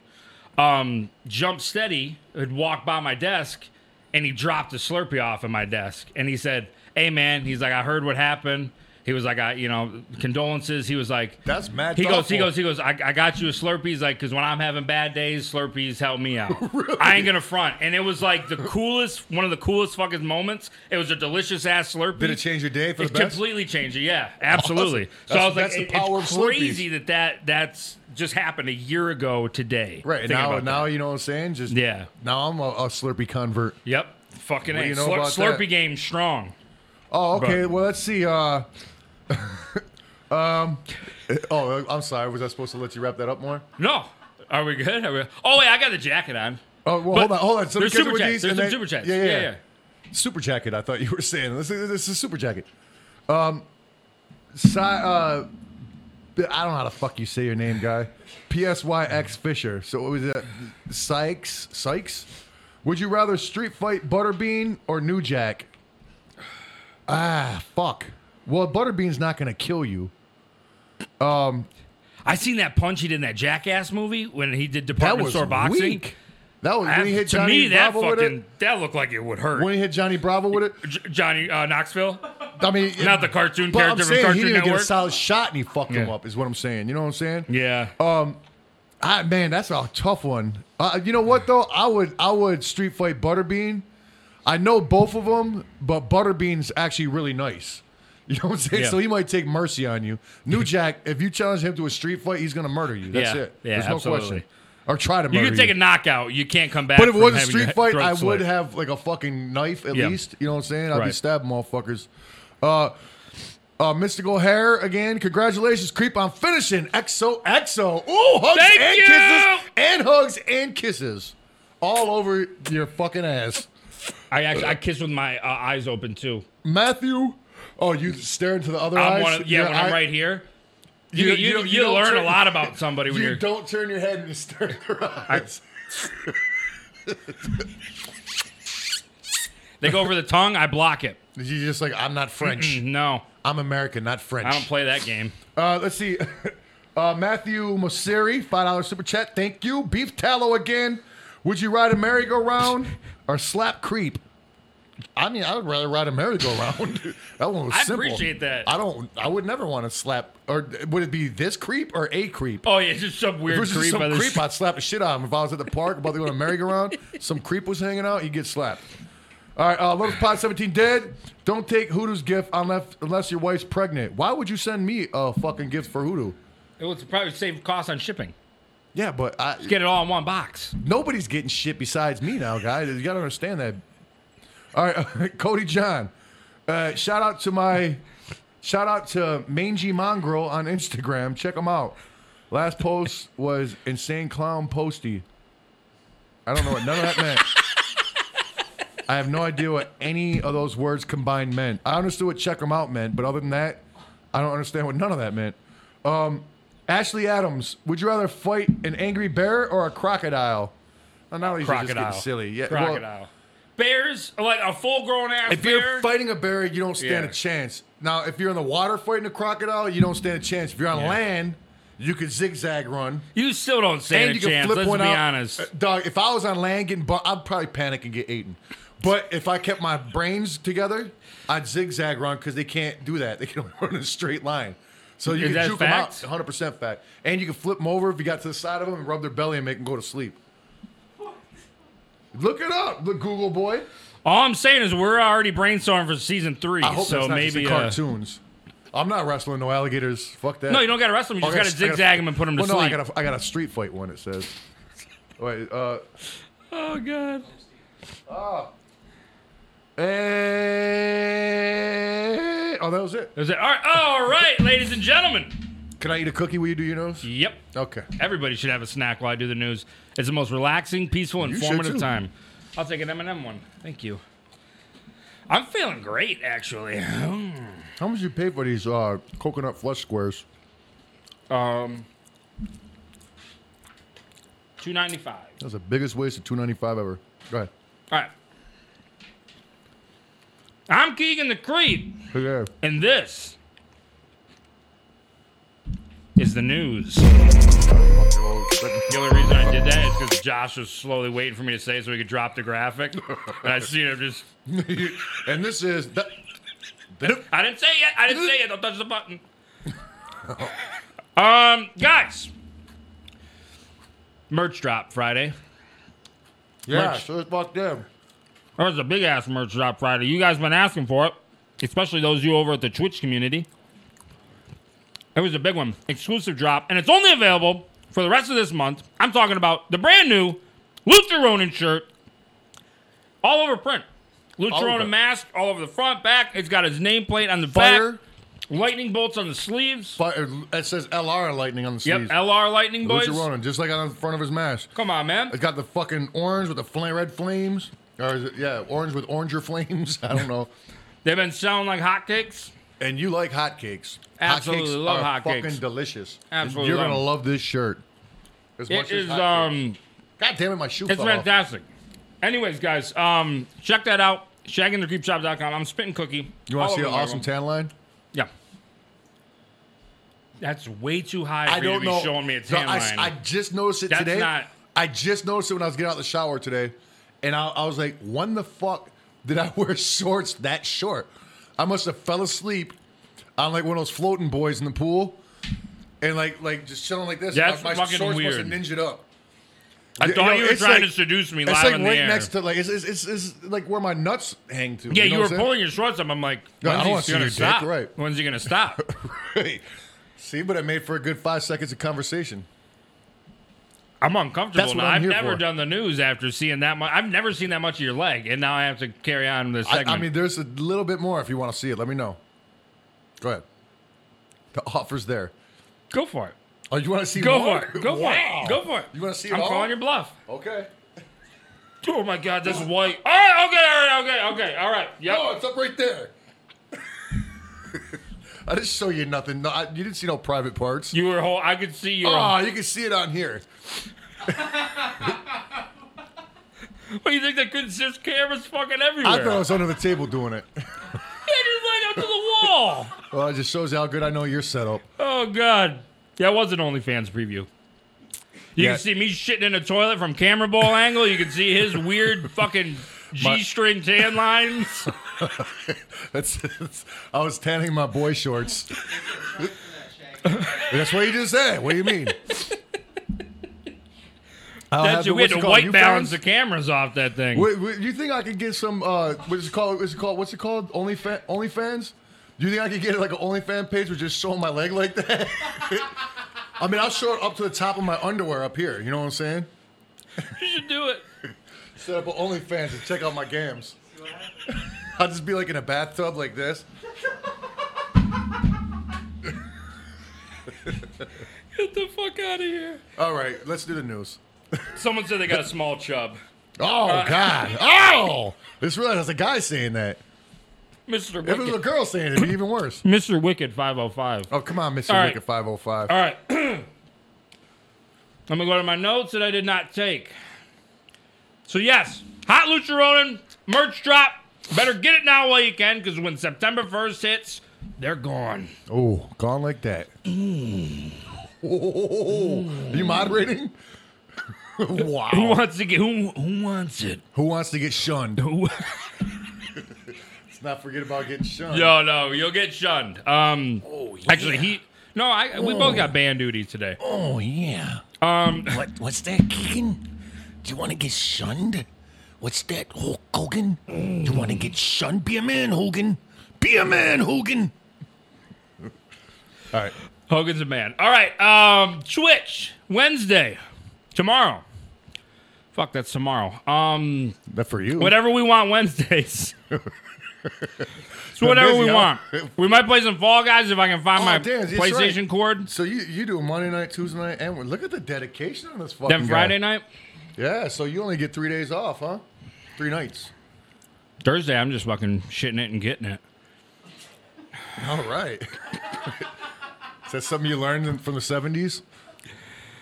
um, Jump Steady had walked by my desk and he dropped a Slurpee off at my desk. And he said, Hey, man, he's like, I heard what happened. He was like, I, you know, condolences. He was like, That's mad He goes, he thoughtful. goes, he goes, I, I got you a Slurpee. He's like, because when I'm having bad days, Slurpees help me out. I ain't going to front. And it was like the coolest, one of the coolest fucking moments. It was a delicious ass Slurpee. Did it change your day for It the best? completely changed it. Yeah, absolutely. So Awesome. I That's- was like, that's the it- power it's of Slurpees. crazy that, that that's just happened a year ago today. Right and Think now, about now that. you know what I'm saying. Just Yeah. Now I'm a, a Slurpee convert. Yep. Fucking What do A. you know Slur- about Slurpee that? game strong. Oh, okay. But- well, let's see. Uh, um, oh, I'm sorry. Was I supposed to let you wrap that up more? No. Are we good? Are we- Oh, wait, I got the jacket on. Oh, But well, hold on, hold on. So There's because super with chats. these, There's and some they- super chats. Yeah, yeah, yeah. yeah. Super jacket. I thought you were saying this. Is, this is super jacket. Um, si, uh, b- I don't know how the fuck you say your name, guy. PSYX Fisher. So what was that? Sykes. Sykes. Would you rather street fight Butterbean or New Jack? Ah, fuck. Well, Butterbean's not gonna kill you. I seen that punch he did in that Jackass movie when he did department store boxing. weak. That was when I- he hit to Johnny me, that Bravo with fucking it. that looked like it would hurt. When he hit Johnny Bravo with it. J- Johnny uh, Knoxville, I mean, not the cartoon But I'm character from saying he Cartoon didn't even get Network. a solid shot and he fucked him Yeah. up. Is what I'm saying. You know what I'm saying? yeah, I, man, that's a tough one. Uh, you know what though? I would I would street fight Butterbean. I know both of them, but Butterbean's actually really nice. You know what I'm saying? Yeah. So he might take mercy on you. New Jack, if you challenge him to a street fight, he's gonna murder you. That's Yeah. it. Yeah, There's no absolutely. question. Or try to you murder can take a knockout. You can't come back. Oh, But if it from was a having your street fight, throat I slit. would have like a fucking knife at Yeah. least. You know what I'm saying? I'd be Right. stabbing motherfuckers. Uh, uh, Mystical Hair again. Congratulations, Creep, on finishing XOXO. Ooh, hugs Thank and you! kisses. And hugs and kisses. All over your fucking ass. I actually I kissed with my uh, eyes open too. Matthew. Oh, you staring to the other I'm eyes? one of, yeah, Your when eye- I'm right here, you You- you, you, you- you don't learn turn- a lot about somebody when You are don't turn your head and you stare at their eyes. they go over the tongue. I block it. You're just like, I'm not French. No, I'm American, not French. I don't play that game. Uh, let's see. Uh, Matthew Mosseri, $5 super chat. Thank you. Beef Tallow again. Would you ride a merry-go-round or slap creep? I mean, I would rather ride a merry-go-round. that one was I simple. appreciate that. I don't. I would never want to slap. Or would it be this creep or a creep? Oh yeah, it's just some If it weird was just creep. by some this- creep, I'd slap the shit out of him. If I was at the park about to go to a merry-go-round, some creep was hanging out, he'd get slapped. All right, uh, Lotus Pod 17 dead. Don't take Hoodoo's gift unless, unless your wife's pregnant. Why would you send me a fucking gift for Hoodoo? It would probably save costs on shipping. Yeah, but I, Get it all in one box. nobody's getting shit besides me now, guys. You got to understand that. All right, Cody John. Uh, shout out to my, shout out to Mangy Mongrel on Instagram. Check him out. Last post was insane clown posty. I don't know what none of that meant. I have no idea what any of those words combined meant. I understood what check 'em out meant, but other than that, I don't understand what none of that meant. Um, Ashley Adams, would you rather fight an angry bear or a crocodile? Well, now he's just crocodile. getting silly. Yeah, well, crocodile. Bears, like a full grown ass if bear. you're fighting a bear, you don't stand Yeah. a chance. Now, if you're in the water fighting a crocodile, you don't stand a chance. If you're on land, you could zigzag run. you still don't stand and a you can chance. flip Let's one be out. honest. Uh, Dog, if I was on land getting bu- I'd probably panic and get eaten. But if I kept my brains together, I'd zigzag run because they can't do that. They can only run in a straight line. So you Is can that juke fact? them out, 100% fact. And you can flip them over if you got to the side of them and rub their belly and make them go to sleep. Look it up, the Google boy. All I'm saying is we're already brainstorming for season three. I hope so that's not just maybe in uh, cartoons. I'm not wrestling no alligators. Fuck that. no, you don't got to wrestle them. You Oh, just I got to gotta- I gotta- zigzag them and put them to sleep. well, no, I got a, I got a street fight one. It says. Wait, uh, oh god. eh, oh, that was it. Is it all right? All right, ladies and gentlemen. Can I eat a cookie? Will you do your nose? Yep. Okay. Everybody should have a snack while I do the news. It's the most relaxing, peaceful, should informative too. time. I'll take an M&M one. Thank you. I'm feeling great, actually. How much you pay for these uh, coconut flush squares? Um, two ninety five. That's the biggest waste of two ninety five ever. Go ahead. All right. I'm Keegan the Creep, Look at that. and this is the news. The only reason I did that is because Josh was slowly waiting for me to say it so he could drop the graphic. And I seen him just. and this is that, I didn't say it. I didn't say it. Don't touch the button. um, guys, merch drop Friday. yeah, Merch. sure as fuck them. There was a big ass merch drop Friday. You guys been asking for it, especially those of you over at the Twitch community. It was a big one, exclusive drop, and it's only available for the rest of this month. I'm talking about the brand new Luther Ronin shirt, all over print. Luther over Ronin it. mask, all over the front, back. It's got his nameplate on the Fire, back, lightning bolts on the sleeves. fire. It says LR lightning on the Yep, sleeves. LR Lightning Look Boys. at Ronin, just like on the front of his mask. Come on, man. It's got the fucking orange with the flame, red flames. Or is it, yeah, orange with oranger flames. I don't know. They've been selling like hotcakes. And you like hotcakes. Absolutely hotcakes love are hotcakes. Fucking delicious. Absolutely You're love gonna them. love this shirt. As It much as is hotcakes. um God damn it, my shoe it's fell off. fantastic. Anyways, guys, um check that out. Shaggingthecreepshop.com. I'm spitting cookie. You want all to see over an my awesome room. tan line? Yeah. That's way too high for I don't you to know. be showing me a No, tan I, line. I just noticed it That's today. not- I just noticed it when I was getting out of the shower today, and I, I was like, "When the fuck did I wear shorts that short? I must have fell asleep on like one of those floating boys in the pool, and like like just chilling like this. That's my, my fucking shorts weird. must have ninja'd up. I You thought know, you were it's trying like- to seduce me It's live like in right the air. next to like it's, it's, it's, it's like where my nuts hang to. yeah, you, know you what were I'm saying? pulling your shorts up. I'm like, No, I when's don't wanna he see gonna your dick, stop? right. When's he gonna stop? Right. See, but it made for a good five seconds of conversation. I'm uncomfortable. That's what now. I'm I've here never for. done the news after seeing that much. I've never seen that much of your leg, and now I have to carry on this I, segment. I mean, there's a little bit more if you want to see it. Let me know. Go ahead. The offer's there. go for it. Oh, you want to see? Go more? for it. Go Wow. for it. Go for it. You want to see it I'm all? calling your bluff. Okay. Oh my God, that's white. All right. Okay. All right. Okay. Okay. All right. Yep. Oh, it's up right there. I didn't show you nothing. No, I, you didn't see no private parts. You were whole. I could see you. oh, you can see it on here. What do you think? They couldn't see there's cameras fucking everywhere. I thought I was under the table doing it. Yeah, just laid out to the wall. Well, it just shows you how good I know your setup. oh God. That was an OnlyFans preview. You Yeah. can see me shitting in a toilet from camera ball angle. You can see his weird fucking G-string tan lines. That's, that's- I was tanning my boy shorts. For that, Shaq. That's what you just said. What do you mean? I'll have That's the- it. We had to what's it called? white You balance fans? the cameras off that thing. Wait, wait, do you think I could get some? Uh, what's it called? What's it called? What's it called? Only fa- OnlyFans. Do you think I could get like an OnlyFans page with just showing my leg like that? I mean, I'll show it up to the top of my underwear up here. You know what I'm saying? You should do it. Set up an OnlyFans and check out my gams. I'll just be like in a bathtub like this. Get the fuck out of here. All right, let's do the news. Someone said they got a small chub. Oh God! Oh, this really that's a guy saying that. Mr. If it was a Wicked. girl saying it, it'd be even worse. Mr. Wicked 505. Oh come on, Mr. All right. Wicked 505. All right. I'm going to go to my notes that I did not take. So, yes, Hot Lucha Ronin, merch drop. Better get it now while you can because when September 1st hits, they're gone. Oh, gone like that. Mm. Oh, you moderating? wow. Who wants to get who who wants it? Who wants to get shunned? Who Let's not forget about getting shunned. No, no, you'll get shunned. Um actually he no, I we both got band duty today. Oh yeah. Um What what's that, Keegan? Do you wanna get shunned? What's that, Hulk Hogan? You wanna get shunned? Be a man, Hogan. Be a man, Hogan. All right. Hogan's a man. All right. Um, Twitch Wednesday, tomorrow. Fuck, that's tomorrow. Um, That for you. whatever we want Wednesdays. so whatever busy, we huh? want. We might play some Fall Guys if I can find Oh, my damn, that's PlayStation right. cord. So you you do Monday night, Tuesday night, and Wed- look at the dedication on this fucking Then guy. Friday night, Yeah. So you only get three days off, huh? Three nights. Thursday, I'm just fucking shitting it and getting it. All right. Is that something you learned in- from the seventies?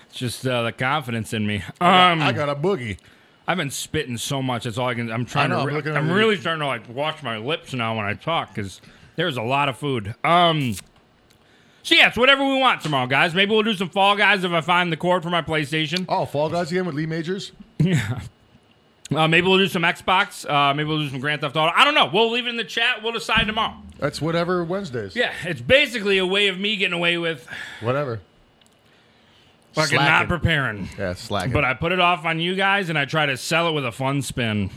It's just uh, the confidence in me. Um, I got a boogie. I've been spitting so much. That's all I can. I'm trying I know, to. I'm re- looking at I'm you. really starting to like watch my lips now when I talk because there's a lot of food. Um, So yeah, it's whatever we want tomorrow, guys. Maybe we'll do some Fall Guys if I find the cord for my PlayStation. Oh, Fall Guys again with Lee Majors. Uh, maybe we'll do some Xbox. Uh, maybe we'll do some Grand Theft Auto. I don't know. We'll leave it in the chat. We'll decide tomorrow. That's whatever Wednesdays. Yeah, it's basically a way of me getting away with Whatever. fucking not Slacking. preparing. Yeah, slack. But I put it off on you guys, and I try to sell it with a fun spin.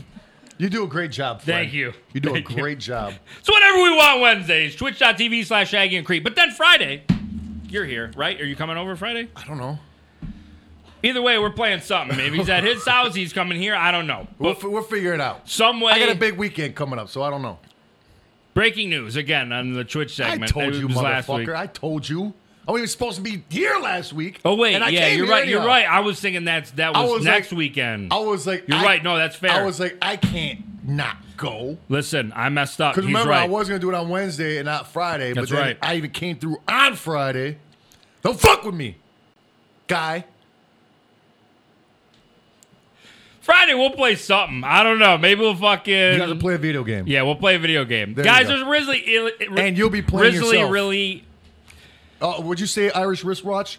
you do a great job. Frank. Thank you. You do Thank a you. great job. So whatever we want Wednesdays, twitch.tv slash Shaggy and Creep. But then Friday, you're here, right? Are you coming over Friday? I don't know. Either way, we're playing something. Maybe he's at his house, he's coming here. I don't know. We'll, But f- we'll figure it out. some way, I got a big weekend coming up, so I don't know. breaking news again on the Twitch I segment. told It you, was last week. motherfucker. I told you. I wasn't even supposed to be here last week. Oh wait, and I yeah, came you're here right. You're anyhow. right. I was thinking that's that was, was next like- weekend. I was like, You're I- right. No, that's fair. I was like, I can't not go. Listen, I messed up. He's Because remember, I right. was gonna do it on Wednesday and not Friday. That's but then right. I even came through on Friday. Don't fuck with me, guy. Friday we'll play something. I don't know. Maybe we'll fucking You guys will play a video game. Yeah, we'll play a video game. There you Guys, go. there's Risley Ill- And you'll be playing Risley yourself. really Uh, would you say Irish wristwatch?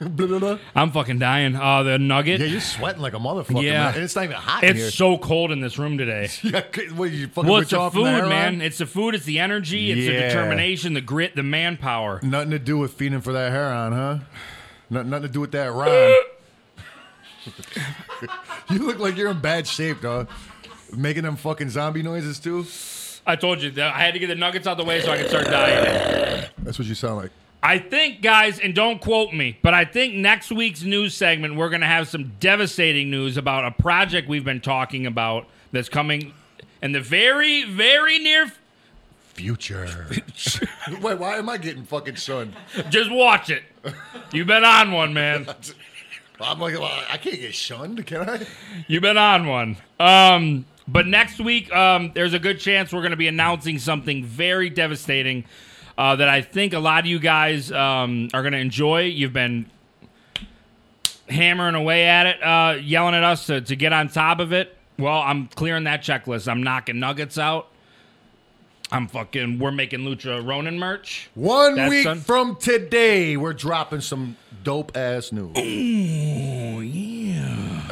blah, blah, blah. I'm fucking dying. Uh the nugget. Yeah, you're sweating like a motherfucker. Yeah. man. and it's not even hot in it's here. so cold in this room today. yeah, c- what, you fucking Well, rich it's the off in food, the air man. line? It's the food, it's the energy, it's the Yeah. determination, the grit, the manpower. Nothing to do with feeding for that hair on, huh? No, nothing to do with that rhyme. you look like you're in bad shape, dog. Making them fucking zombie noises too. I told you that I had to get the nuggets out the way so I could start dying. That's what you sound like. I think, guys, and don't quote me, but I think next week's news segment, we're going to have some devastating news about a project we've been talking about that's coming in the very, very near. F- Future. Wait, why am I getting fucking shunned? just watch it. You've been on one, man. I'm like, well, I can't get shunned, can I? You've been on one. Um, but next week, um, there's a good chance we're going to be announcing something very devastating uh, that I think a lot of you guys um, are going to enjoy. You've been hammering away at it, uh, yelling at us to, to get on top of it. Well, I'm clearing that checklist. I'm knocking nuggets out. I'm fucking. We're making Lucha Ronin merch. One That's week done. from today, we're dropping some dope ass news. Oh yeah.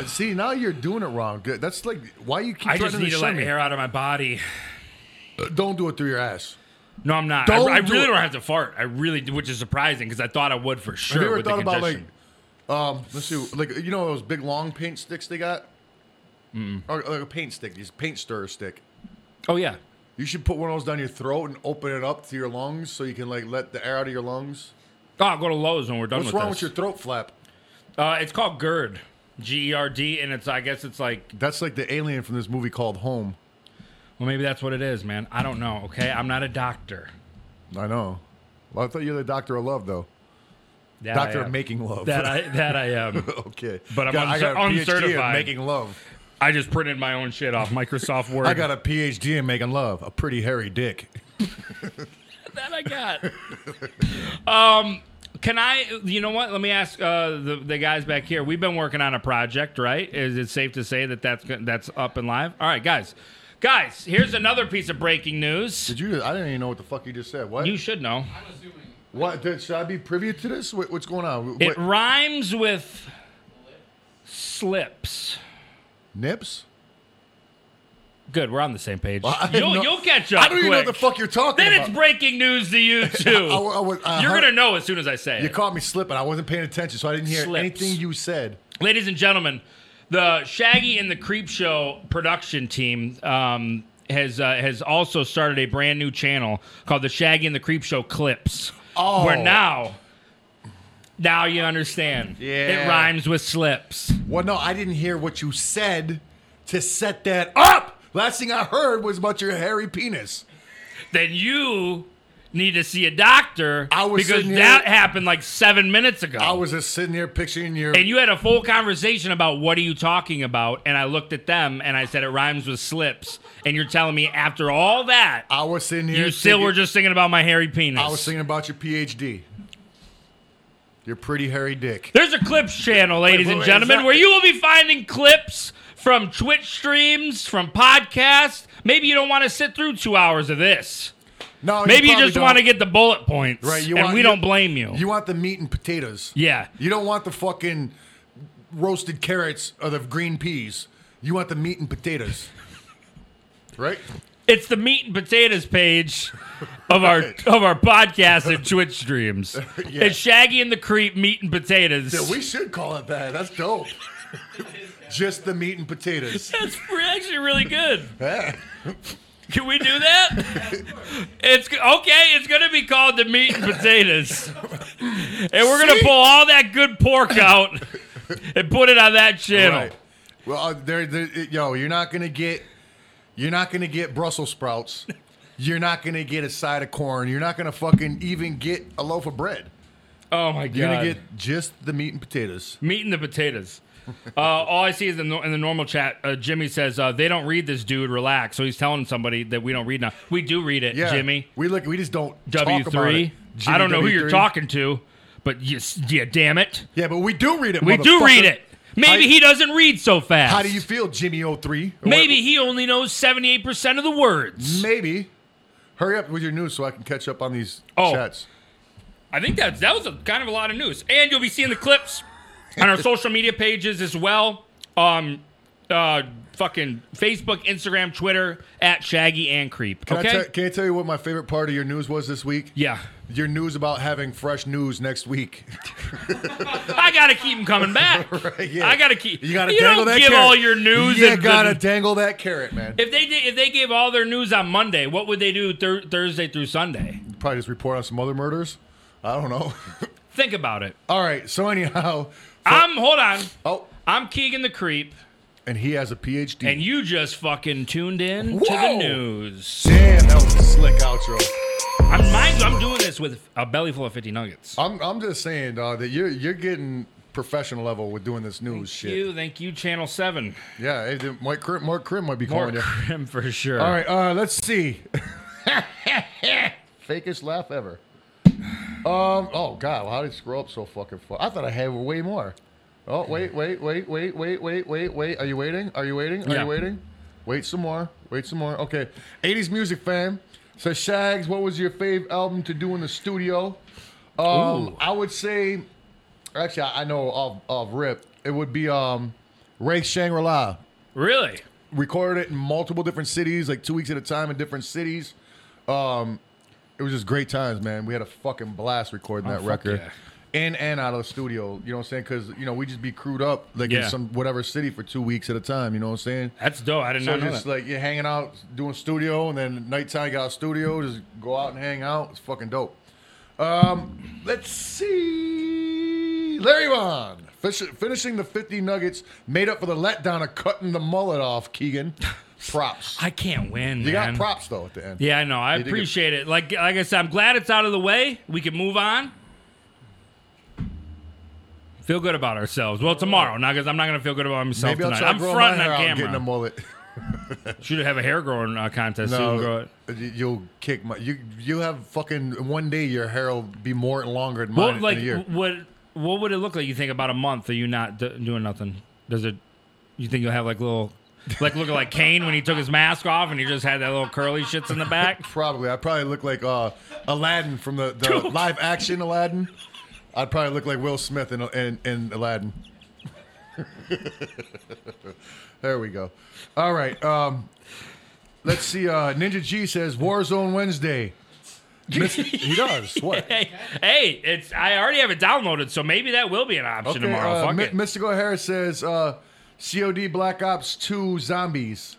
See, now you're doing it wrong. Good. That's like why you keep I trying just need to to let shun me. Uh, air out of my body. Don't do it through your ass. No, I'm not. I, Don't I do really it. don't have to fart. I really, do, which is surprising because I thought I would for sure. Have you ever with thought the about like, congestion. um, let's see, like you know those big long paint sticks they got, or like a paint stick, these paint stirrer stick. Oh yeah. You should put one of those down your throat and open it up to your lungs so you can like let the air out of your lungs. Oh, I'll go to Lowe's when we're done What's with wrong this. with your throat flap? uh, it's called GERD, G E R D, and it's I guess it's like That's like the alien from this movie called Home. well maybe that's what it is, man. I don't know. Okay, I'm not a doctor. I know. Well, I thought you were the doctor of love, though. That doctor I of am. making love. That I that I am. okay. But I'm God, I uncer- got a PhD uncertified. in making love. I just printed my own shit off Microsoft Word. I got a PhD in making love. A pretty hairy dick. that I got. um, can I? You know what? Let me ask uh, the the guys back here. We've been working on a project, right? Is it safe to say that that's go- that's up and live? All right, guys. Guys, here's another piece of breaking news. Did you? I didn't even know what the fuck you just said. What? You should know. I'm assuming. what? Did, should I be privy to this? What, what's going on? It What, rhymes with slips. nips? Good, we're on the same page. I didn't you'll, know- you'll catch up. I don't even know what quick. the fuck you're talking Then about. it's breaking news to you too. I- I was- I You're heard- gonna know as soon as I say you it. caught me slipping. I wasn't paying attention, so I didn't hear Slips. anything you said. Ladies and gentlemen, the Shaggy and the Creep Show production team um, has uh, has also started a brand new channel called the Shaggy and the Creep Show Clips. Oh. where now, now you understand. Yeah. it rhymes with slips. Well, no, I didn't hear what you said to set that up. Last thing I heard was about your hairy penis. Then you. Need to see a doctor I was because sitting here- that happened like seven minutes ago. I was just sitting there picturing your. and you had a full conversation about what are you talking about and i looked at them and i said it rhymes with slips and you're telling me after all that I was sitting here. you still thinking- were just thinking about my hairy penis I was thinking about your PhD. Your pretty hairy dick. there's a clips channel ladies wait, and wait, gentlemen is that- where you will be finding clips from twitch streams from podcasts maybe you don't want to sit through two hours of this No, you maybe you, probably just want to don't. get the bullet points, Right, you and want- we you- don't blame you. You want the meat and potatoes. Yeah. You don't want the fucking roasted carrots or the green peas. You want the meat and potatoes. right? It's the meat and potatoes page of our of our podcast and Twitch streams. Yeah. It's Shaggy and the Creep meat and potatoes. Yeah, we should call it that. That's dope. Just the meat and potatoes. That's pre- actually really good. Yeah. Can we do that? it's g- okay. It's gonna be called the meat and potatoes, and we're gonna See? pull all that good pork out and put it on that channel. Right. Well, uh, there, there, it- yo, you're not gonna get, you're not gonna get Brussels sprouts. You're not gonna get a side of corn. You're not gonna fucking even get a loaf of bread. Oh my god! You're gonna get just the meat and potatoes. meat and the potatoes. Uh, all I see is in the, in the normal chat. Uh, Jimmy says uh, they don't read this dude. Relax. So he's telling somebody that we don't read now. We do read it, Yeah, Jimmy. We look. We just don't W talk about three. it. I Jimmy don't know who you're W3. talking to, but yes, yeah, damn it, Yeah, but we do read it. we do read motherfucker. it. Maybe How- he doesn't read so fast. How do you feel, Jimmy 03? Or Maybe he only knows seventy eight percent of the what- words. Maybe. Hurry up with your news so I can catch up on these Oh. chats. I think that's that was a, kind of a lot of news, and you'll be seeing the clips on our social media pages as well. Um, uh, fucking Facebook, Instagram, Twitter at Shaggy and Creep. Can, Okay, I te- can I tell you what my favorite part of your news was this week? yeah, Your news about having fresh news next week. I gotta keep them coming back. yeah. I gotta keep. You gotta dangle don't that give carrot. all your news. You and gotta the- dangle that carrot, man. if they did, if they gave all their news on Monday, what would they do thur- Thursday through Sunday? Probably just report on some other murders. I don't know. Think about it. All right. So anyhow, I'm hold on. oh, I'm Keegan the Creep, and he has a PhD. and you just fucking tuned in to the Whoa. news. Damn, that was a slick outro. I'm, mind you, I'm doing this with a belly full of 50 nuggets. I'm, I'm just saying, dog, that you're you're getting professional level with doing this Thank news shit. you, thank you, Channel 7. Yeah, it, it, Mike Krim, Mark Krim might be More calling you. crim for sure. All right, uh, let's see. Fakest laugh ever. Um. Oh God, well, how did it scroll up so fucking far? I thought I had way more. Oh wait, wait, wait, wait, wait, wait, wait, wait. Are you waiting? Are you waiting? Are Yeah. you waiting? Wait some more. Wait some more. Okay. 80s music fam. So Shags, what was your fave album to do in the studio? Um, I would say, actually, I I know of of Rip. It would be um, Ray Shangri La Really? recorded it in multiple different cities, like two weeks at a time in different cities. Um, it was just great times, man. We had a fucking blast recording that Oh, fuck record. yeah. In and out of the studio, you know what I'm saying? Because you know we just be crewed up like Yeah. in some whatever city for two weeks at a time. You know what I'm saying? That's dope. I did So not know just that. like you're hanging out, doing studio, and then nighttime got out studio. Just go out and hang out. It's fucking dope. Um, let's see, Larry Vaughn fish, finishing the 50 nuggets made up for the letdown of cutting the mullet off. Keegan, props. I can't win, you got man. props though at the end. Yeah, I know. I You dig it? appreciate it. Like like I said, I'm glad it's out of the way. We can move on. Feel good about ourselves. Well, tomorrow, not because I'm not gonna feel good about myself Maybe I'll tonight. try I'm to grow my fronting hair on out and camera. getting a mullet. Should have a hair growing uh, contest. see who can grow it. y- you'll kick my. You you have fucking one day your hair will be more longer than mine What in like a year. what what would it look like? You think about a month? Are you not d- doing nothing? Does it? You think you'll have like little, like looking like Kane when he took his mask off and he just had that little curly shits in the back? Probably. I probably look like uh, Aladdin from the, the live action Aladdin. I'd probably look like Will Smith in, in, in Aladdin. there we go. All right. Um, let's see. Uh, Ninja G says Warzone Wednesday. Miss- he does. What? Hey, hey, it's I already have it downloaded, so maybe that will be an option tomorrow. uh, Fuck Mi- it. Mystical Harris says uh, COD Black Ops 2 Zombies.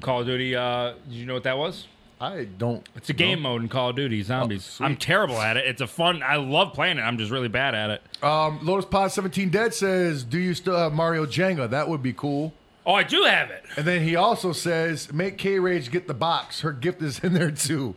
Call of Duty. Uh, did you know what that was? I don't. It's a game mode in Call of Duty Zombies. Oh, sweet. I'm terrible at it. It's a fun. I love playing it. I'm just really bad at it. Um, Lotus Pod 17 Dead says, Do you still have Mario Jenga? That would be cool. Oh, I do have it. And then he also says, "Make K Rage get the box. Her gift is in there too."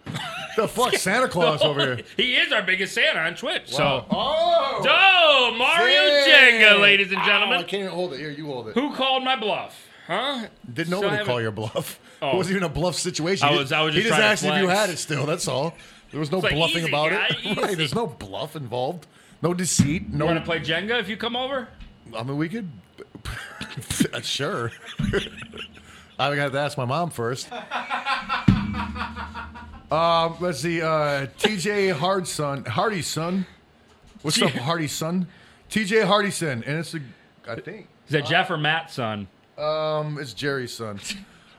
the fuck, Santa Claus over here. He is our biggest Santa on Twitch. So, Oh, oh, Mario Dang. Jenga, ladies and Ow, gentlemen. I can't hold it. Here, you hold it. Who called my bluff? Huh? Did So I nobody haven't- call your bluff? Oh. It wasn't even a bluff situation. I He was- just- I was he just just trying to asked if you flex. had it still. That's all. There was no It's like, bluffing easy, about guy, it. Right, easy. there's no bluff involved. No deceit. No. You want to play Jenga if you come over? I mean, we could. uh, sure. I would have to ask my mom first. Um, let's see. Uh, TJ Hardson, Hardy son. What's up, Hardy son? TJ Hardison, and it's a, I think Is that Jeff or Matt's son? um, it's Jerry's son.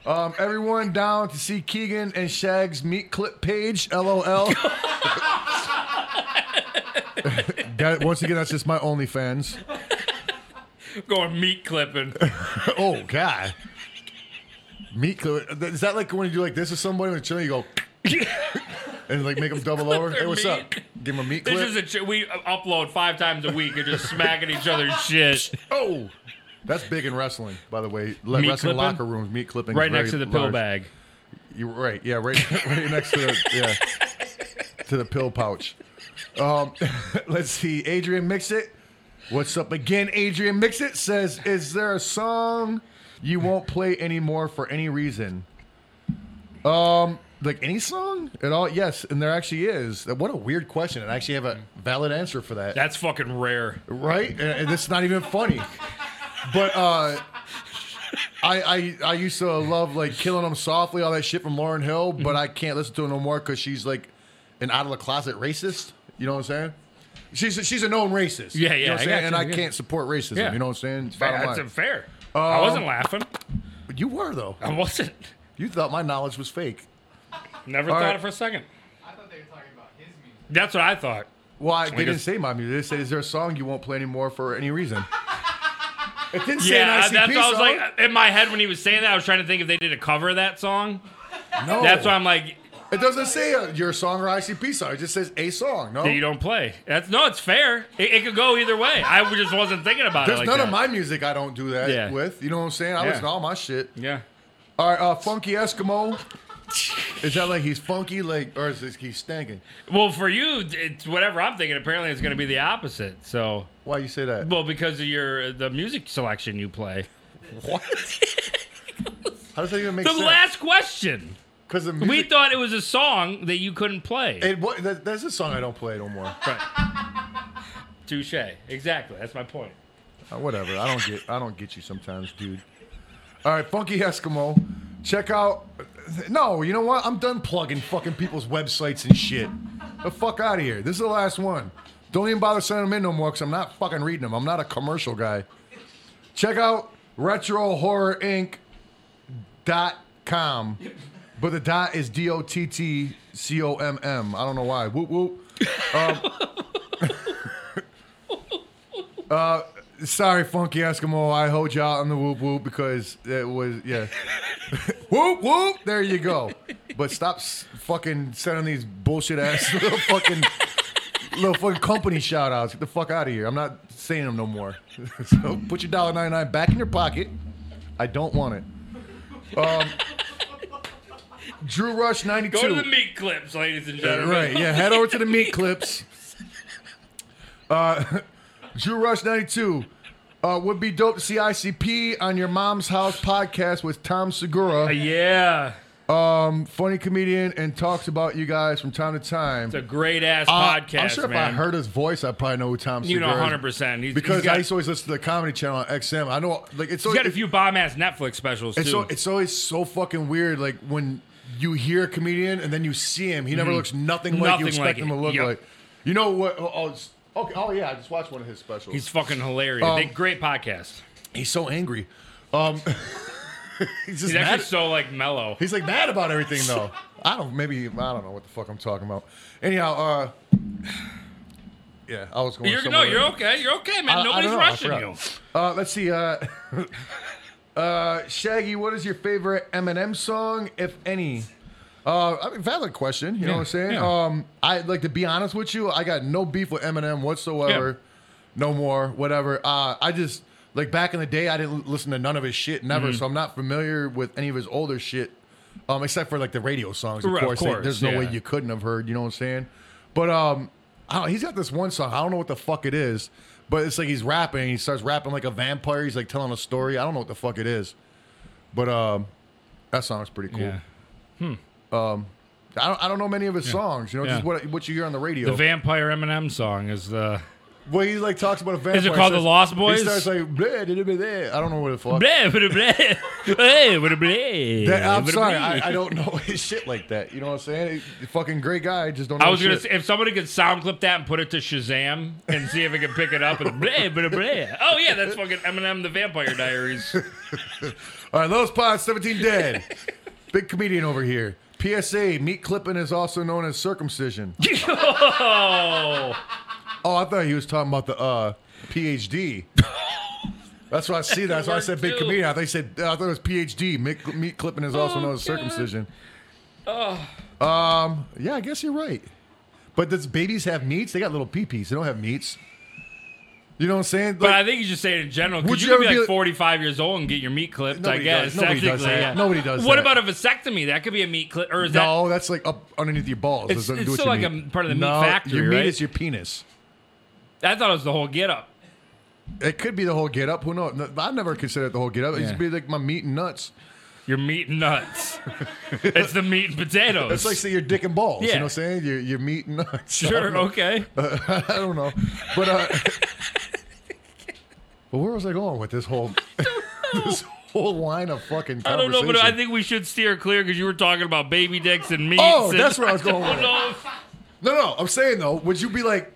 Um, everyone down to see Keegan and Shag's meat clip page. LOL. That- once again, that's just my OnlyFans. Going meat clipping. Oh God. Meat clip. Is that like when you do like this with somebody when chilling? You go and like make them double over. their Hey, what's up? meat. Give them a meat This clip. is a ch- we upload five times a week and just smacking each other's shit Oh, that's big in wrestling, by the way. Le- Meat clipping? wrestling locker rooms, meat clipping, is right next to very the pill large. bag. You right? Yeah, right, right next to the yeah to the pill pouch. Um, let's see, Adrian Mix it. What's up again, Adrian Mix it says, "Is there a song you won't play anymore for any reason?" Um, like any song at all? Yes, and there actually is. What a weird question, and I actually have a valid answer for that. That's fucking rare. Right? And, and it's not even funny. But uh I, I I used to love like killing them softly, all that shit from Lauren Hill, Mm-hmm. but I can't listen to her no more because she's like an out of the closet racist. You know what I'm saying? She's a, she's a known racist. Yeah, You yeah, I know what I'm got saying? And you, I yeah. can't support racism. Yeah. You know what I'm saying? Bottom That's line. unfair. I wasn't laughing. you were though. I wasn't. You thought my knowledge was fake. Never All thought right. it for a second. I thought they were talking about his music. That's what I thought. Well, I, they didn't guess- say my music. They said, "Is there a song you won't play anymore for any reason?" It didn't say Yeah, an I- ICP that's what I was song. like uh, in my head when he was saying that. I was trying to think if they did a cover of that song. no. That's why I'm like, It doesn't say uh, your song or ICP song. It just says a song. No, that you don't play. That's no, it's fair. It, it could go either way. I just wasn't thinking about there's it. Like none that. of my music I don't do that Yeah. with. You know what I'm saying? I Yeah. listen to all my shit. Yeah. All right, uh, funky Eskimo. is that like he's funky, like, or is it he's stinking? Well, for you, it's whatever I'm thinking. Apparently, it's going to be the opposite. So, Why you say that? well, because of your the music selection you play. How does that even make The sense? last question. Because the We music, thought it was a song that you couldn't play. it, what, that, that's a song I don't play no more. Touche. Exactly. That's my point. Uh, whatever. I don't get. I don't get you sometimes, dude. All right, funky Eskimo. Check out. No, you know what? I'm done plugging fucking people's websites and shit. The fuck out of here. This is the last one. Don't even bother sending them in no more because I'm not fucking reading them. I'm not a commercial guy. Check out retrohorrorinc.com. But the dot is D O T T C O M M. I don't know why. Whoop whoop. Sorry, Funky Eskimo. I hold y'all on the whoop whoop because it was yeah. whoop whoop. There you go. But stop s- fucking sending these bullshit ass little fucking little fucking company shout outs. Get the fuck out of here. I'm not saying them no more. so put your dollar ninety nine back in your pocket. I don't want it. Um, Drew Rush ninety two. Go to the meat clips, ladies and Yeah, gentlemen. right. Yeah, head over to the meat clips. Uh, Drew Rush ninety two. Uh, would be dope to see ICP on your mom's house podcast with Tom Segura, Yeah. funny comedian, and talks about you guys from time to time. It's a great ass Uh, podcast. I'm sure if I man. heard his voice, I probably know who Tom You know, Segura. is. 100%. He's- because he's got- I used to always listen to the Comedy Channel on XM. I know, like it's He's always, got a few bomb ass Netflix specials too. It's, so, it's always so fucking weird, like when you hear a comedian and then you see him, he never looks nothing like Mm-hmm. Nothing you like expect him to it. look Yep. like. You know what? Oh, oh, it's- okay, oh yeah, I just watched one of his specials. He's fucking hilarious. Um, They- great podcast. He's so angry. Um, he's just He's mad. actually so like mellow. he's like mad about everything though. I don't. Maybe I don't know what the fuck I'm talking about. Anyhow, uh, yeah, I was going. You're, no, somewhere. you're okay. You're okay, man. I- I Nobody's don't know, I rushing you. forgot. Uh, let's see. Uh, uh, Shaggy, what is your favorite Eminem song, if any? Uh, I mean, valid question. You know what I'm saying? yeah. Um, I like to be honest with you. I got no beef with Eminem whatsoever. No more, whatever. Uh, I just like back in the day, I didn't listen to none of his shit, never. Mm-hmm. So I'm not familiar with any of his older shit, um, except for like the radio songs. Of Right, of course, They- course, there's no way yeah. you couldn't have heard. You know what I'm saying? But um, I don't, he's got this one song. I don't know what the fuck it is, but it's like he's rapping. He starts rapping like a vampire. He's like telling a story. I don't know what the fuck it is, but um, that song's pretty cool. Yeah. I don't, I don't know many of his songs. You know, Yeah. just what what you hear on the radio. The Vampire Eminem song is the Well, he like talks about a vampire. it called He The Lost He Boys? starts like, bleh, da, da, da, da. I don't know what the fuck. Bleh, bleh, bleh. Bleh, bleh, bleh. That- I'm Bleh, sorry, bleh. I, I don't know his shit like that. You know what I'm saying? He- fucking great guy, just don't. Know I was gonna shit. say if somebody could sound clip that and put it to Shazam and see if it could pick it up and bleh, bleh, bleh. Oh yeah, that's fucking Eminem the Vampire Diaries. All right, Los Pod, 17 dead. Big comedian over here. PSA: Meat clipping is also known as circumcision. oh, I thought he was talking about the uh, PhD. That's why I see. That's why I said big Word two. comedian. I thought he said. I thought it was PhD. Meat, meat clipping is Oh, also known as circumcision. Um. Yeah, I guess you're right. But does babies have meats? They got little peepees. They don't have meats. You know what I'm saying? But Like- I think you should say it in general Would because you you could be ever like be- 45 years old and get your meat clipped. Nobody I guess does. Nobody does technically, that. yeah. Nobody does What that. about a vasectomy? That could be a meat clip, or is no, that's like up underneath your balls. It's- Doesn't it's do what still you like mean. a part of the meat No, factory, Your right? meat is your penis. that? I thought it was the whole get up. It could be the whole get up. Who knows? No, I never considered it the whole get up. It used to be like my meat and nuts. Your meat and nuts. it's the meat and potatoes. It's like say your dick and balls. You Yeah. know what I'm saying? Your your meat and nuts. I don't sure, know. okay. I don't know. But uh But where was I going with this whole this whole line of fucking I don't conversation? know, but I think we should steer clear because you were talking about baby dicks and meats. Oh, and that's where I was going with don't it. know if- No, no. I'm saying though, would you be like,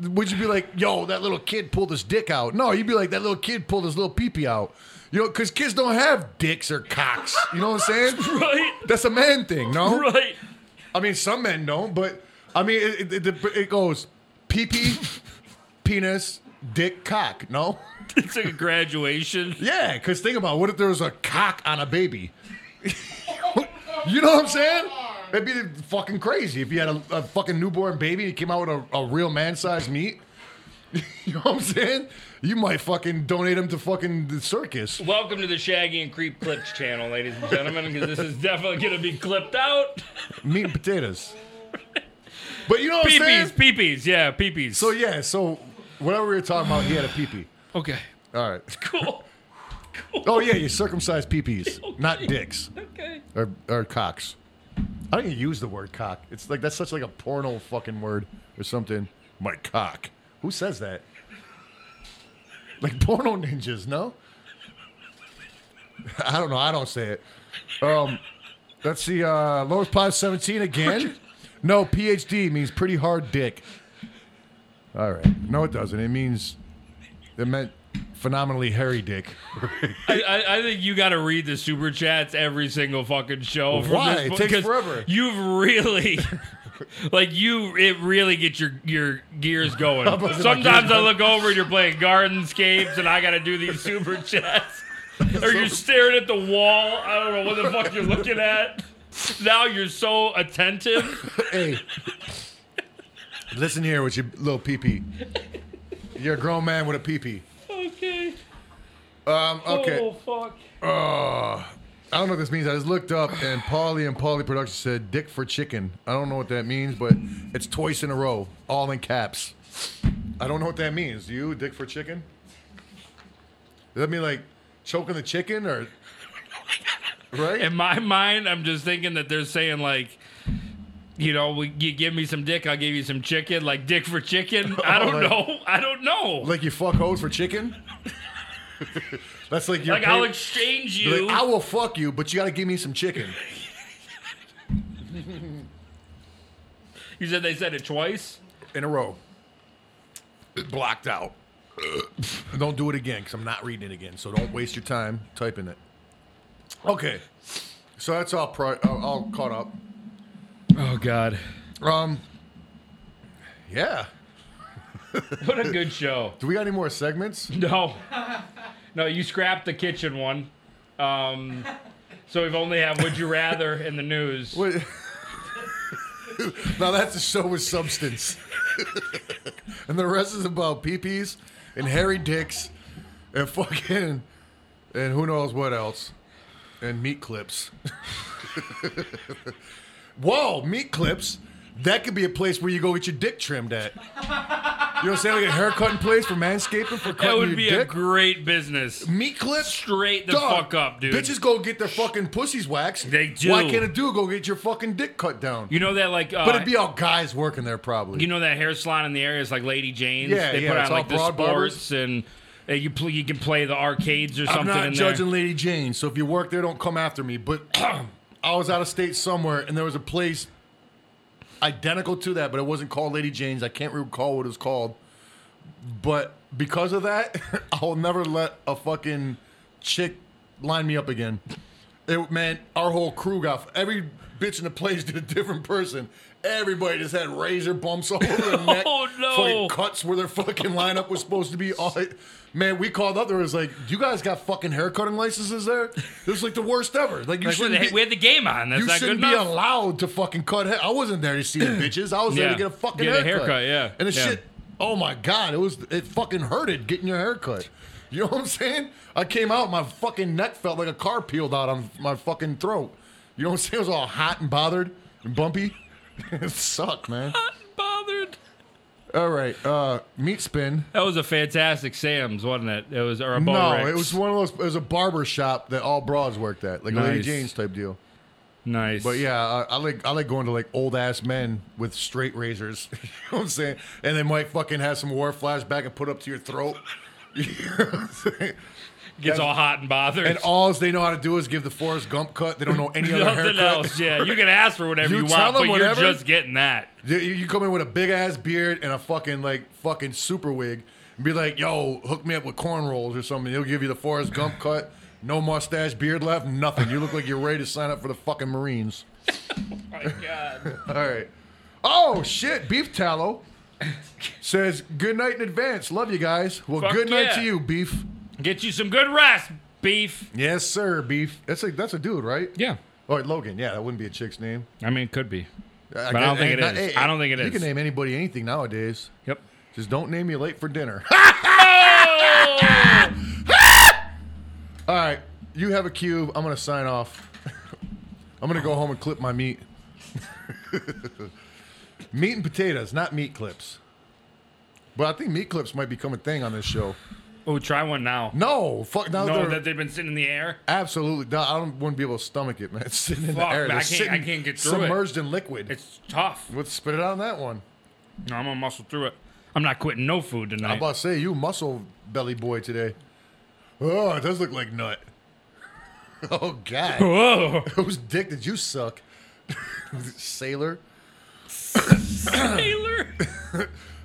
would you be like, yo, that little kid pulled his dick out? No, you'd be like, that little kid pulled his little pee pee out. You know, because kids don't have dicks or cocks. You know what I'm saying? Right, That's a man thing, no? right. I mean, some men don't, but I mean, it, it, it, it goes pee pee, penis, dick, cock. No. It's like a graduation. Yeah, because think about it, what if there was a cock on a baby? you know what I'm saying? That'd be fucking crazy if you had a, a fucking newborn baby and you came out with a, a real man sized meat. you know what I'm saying? You might fucking donate him to fucking the circus. Welcome to the Shaggy and Creep Clips channel, ladies and gentlemen, because this is definitely going to be clipped out. Meat and potatoes. But you know what I'm saying? Peepees, peepees, yeah, peepees. So, yeah, so whatever we were talking about, he had a pee okay, All right. cool. Oh, yeah, you circumcised peepees, not dicks. Okay. or, or cocks. I don't even use the word cock. It's like that's such like a porno fucking word or something. My cock. Who says that? Like porno ninjas, no? I don't know. I don't say it. Um, let's see. Uh, lowest pod seventeen again. No, PhD means pretty hard dick. All right. No, it doesn't. It means it meant phenomenally hairy dick. I, I, I think you got to read the super chats every single fucking show. from Why? this It po- takes 'cause forever. You've really, like you, it really gets your your gears going. about to say my Sometimes gears I look over and you're playing Gardenscapes, and I got to do these super chats. or you're staring at the wall. I don't know what the fuck you're looking at. Now you're so attentive. Hey, listen here with your little pee pee. You're a grown man with a pee pee. Okay. Um, Oh okay. fuck. Uh, I don't know what this means. I just looked up and Paulie and Paulie Productions said dick for chicken. I don't know what that means, but it's twice in a row, all in caps. I don't know what that means. Do you, dick for chicken? Does that mean like choking the chicken or. Right? in my mind, I'm just thinking that they're saying like, you know, we, you give me some dick, I'll give you some chicken, like dick for chicken. I don't like- know. I don't know. Like, like you fuck hoes for chicken? That's like your I'll pay- exchange Be you. Like, I will fuck you, but you gotta give me some chicken. you said they said it twice. in a row. Blocked out. don't do it again because I'm not reading it again. So don't waste your time typing it. Okay, so that's all. Pro- uh, all caught up. Oh God, Um, yeah. what a good show. Do we got any more segments? No, no, you scrapped the kitchen one. Um, so we've only have would you rather in the news. Wait. now that's a show with substance, and the rest is about peepees and hairy dicks and fucking and who knows what else and meat clips. Whoa, meat clips! That could be a place where you go get your dick trimmed at. You know, say like a haircut in place for manscaping for cutting That would be your a dick. great business. Meat clips. Straight the Dog, fuck up, dude. Bitches go get their fucking pussies waxed. They do. Why can't a dude go get your fucking dick cut down? You know that like uh, but it'd be all guys working there probably. you know that hair salon in the area is like Lady Jane's. Yeah, they yeah, put it's on like all the broad sports barbers. and uh, you pl- you can play the arcades or I'm something not in judging there. Lady Jane, so if you work there, don't come after me. But I was out of state somewhere, and there was a place identical to that, but it wasn't called Lady Jane's. I can't recall what it was called. But because of that, I'll never let a fucking chick line me up again. It man, our whole crew got every bitch in the place did a different person. Everybody just had razor bumps all over their neck. Oh, no. Fucking cuts where their fucking lineup was supposed to be. All man, we called up. There was like, you guys got fucking haircutting licenses there? This is like the worst ever. Like you Like, shouldn't we, be, we had the game on. That's you not good shouldn't be enough. allowed to fucking cut hair. I wasn't there to see the bitches. I was there Yeah. to get a fucking Get a haircut. haircut, yeah. And the Yeah. shit. Oh my god, it was it fucking hurted getting your haircut. You know what I'm saying? I came out, my fucking neck felt like a car peeled out on my fucking throat. You know what I'm saying? It was all hot and bothered and bumpy. it sucked, man. Bothered. All right, uh, meat spin. That was a fantastic Sam's, wasn't it? It was or a no, Bo-Rex. it was one of those. It was a barber shop that all broads worked at, like a Lady Nice. Jane's type deal. nice. But yeah, I, I like I like going to like old ass men with straight razors. you know what I'm saying? And they might fucking have some war flashback and put up to your throat. You know what I'm saying? gets all hot and bothered. and all they know how to do is give the Forrest Gump cut. They don't know any other Nothing haircut. else. Yeah, you can ask for whatever You you, tell want, them but whatever. you're just getting that. You, you come in with a big ass beard and a fucking like fucking super wig and be like, yo, hook me up with corn rolls or something. He'll give you the Forrest Gump cut, no mustache, beard left, nothing. You look like you're ready to sign up for the fucking Marines. oh my god. All right. Oh shit, beef tallow says good night in advance. Love you guys. Well, Fuck good night yeah. to you, beef. Get you some good rest, beef. Yes, sir, beef. That's a that's a dude, right? Yeah. All right, Logan. Yeah, that wouldn't be a chick's name. I mean, it could be. But I don't think it Hey, is. hey, I don't think it You can is. name anybody anything nowadays. Yep. Just don't name me late for dinner. Oh! All right, you have a cube. I'm gonna sign off. I'm gonna go home and clip my meat. meat and potatoes, not meat clips. But I think meat clips might become a thing on this show. Oh, try one now. No, fuck. Now No, they're that they've been sitting in the air. absolutely. no, I don't, wouldn't be able to stomach it, man. It's sitting in the Fuck, man, air. They're I can't- sitting I can't get through it. Submerged in liquid. It's tough. Let's spit it out on that one. No, I'm gonna muscle through it. I'm not quitting no food tonight. I'm about to say you muscle belly boy today. Oh, it does look like nut. Oh god. Whoa! Whose dick did you suck? Sailor. Taylor.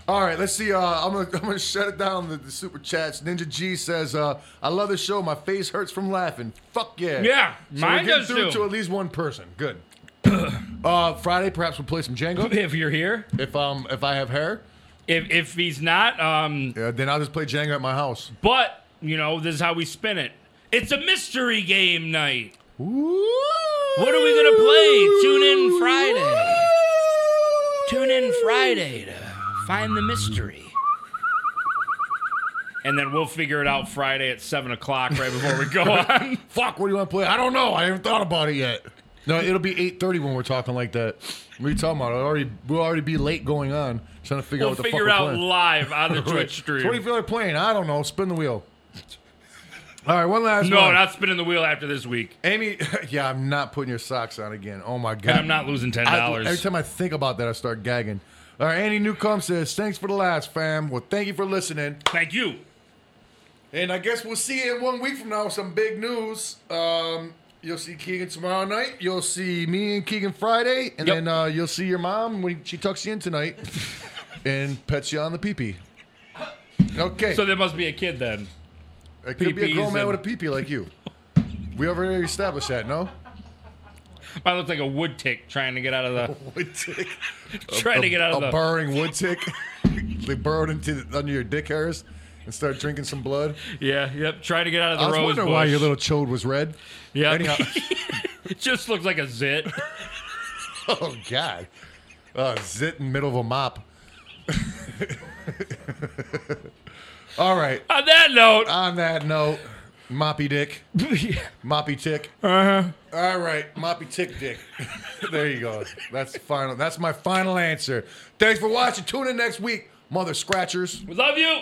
All right, let's see. Uh, I'm gonna I'm gonna shut it down. The, the super chats. Ninja G says, uh, "I love the show. My face hurts from laughing. Fuck yeah. Yeah, so mine we're getting does through too. to at least one person. Good. uh, Friday, perhaps we'll play some Django. if you're here, If um if I have hair, if if he's not, um, uh, then I'll just play Django at my house. but you know, this is how we spin it. It's a mystery game night. What are we gonna play? Tune in Friday. Tune in Friday to find the mystery. And then we'll figure it out Friday at seven o'clock, right before we go on. Fuck. What do you want to play? I don't know. I haven't thought about it yet. No, it'll be 8:30 when we're talking like that. What are you talking about? It'll already we'll already be late going on trying to figure We'll out what the fuck figure we're it out playing. live on the Right. Twitch So what do you stream. feel like playing? I don't know. Spin the wheel. All right, one last No, one. not spinning the wheel after this week. Amy. Yeah, I'm not putting your socks on again. Oh my god. And I'm not losing ten I- dollars. every time I think about that, I start gagging. All right, Andy Newcomb says, "Thanks for the last, fam. Well, thank you for listening, Thank you. and I guess we'll see you in one week from now with some big news. Um, you'll see Keegan tomorrow night. You'll see me and Keegan Friday, and Yep. then uh, you'll see your mom when she tucks you in tonight and pets you on the pee pee. Okay. So there must be a kid then. It could be a PPs grown man and- with a peepee like you. We already established that, no? Mine looks like a wood tick trying to get out of the Wood tick. trying to get out a of the. burrowing wood tick. they burrowed into under your dick hairs and started drinking some blood. Yeah, yep. Trying to get out of the I was rose wondering bush. why your little chode was red. yeah. Anyhow, it just looks like a zit. oh god, uh, zit in the middle of a mop. All right. On that note. On that note, moppy dick, moppy tick. All right, Moppy Tick Dick. there you go. That's the final. That's my final answer. Thanks for watching. Tune in next week. mother scratchers. We love you.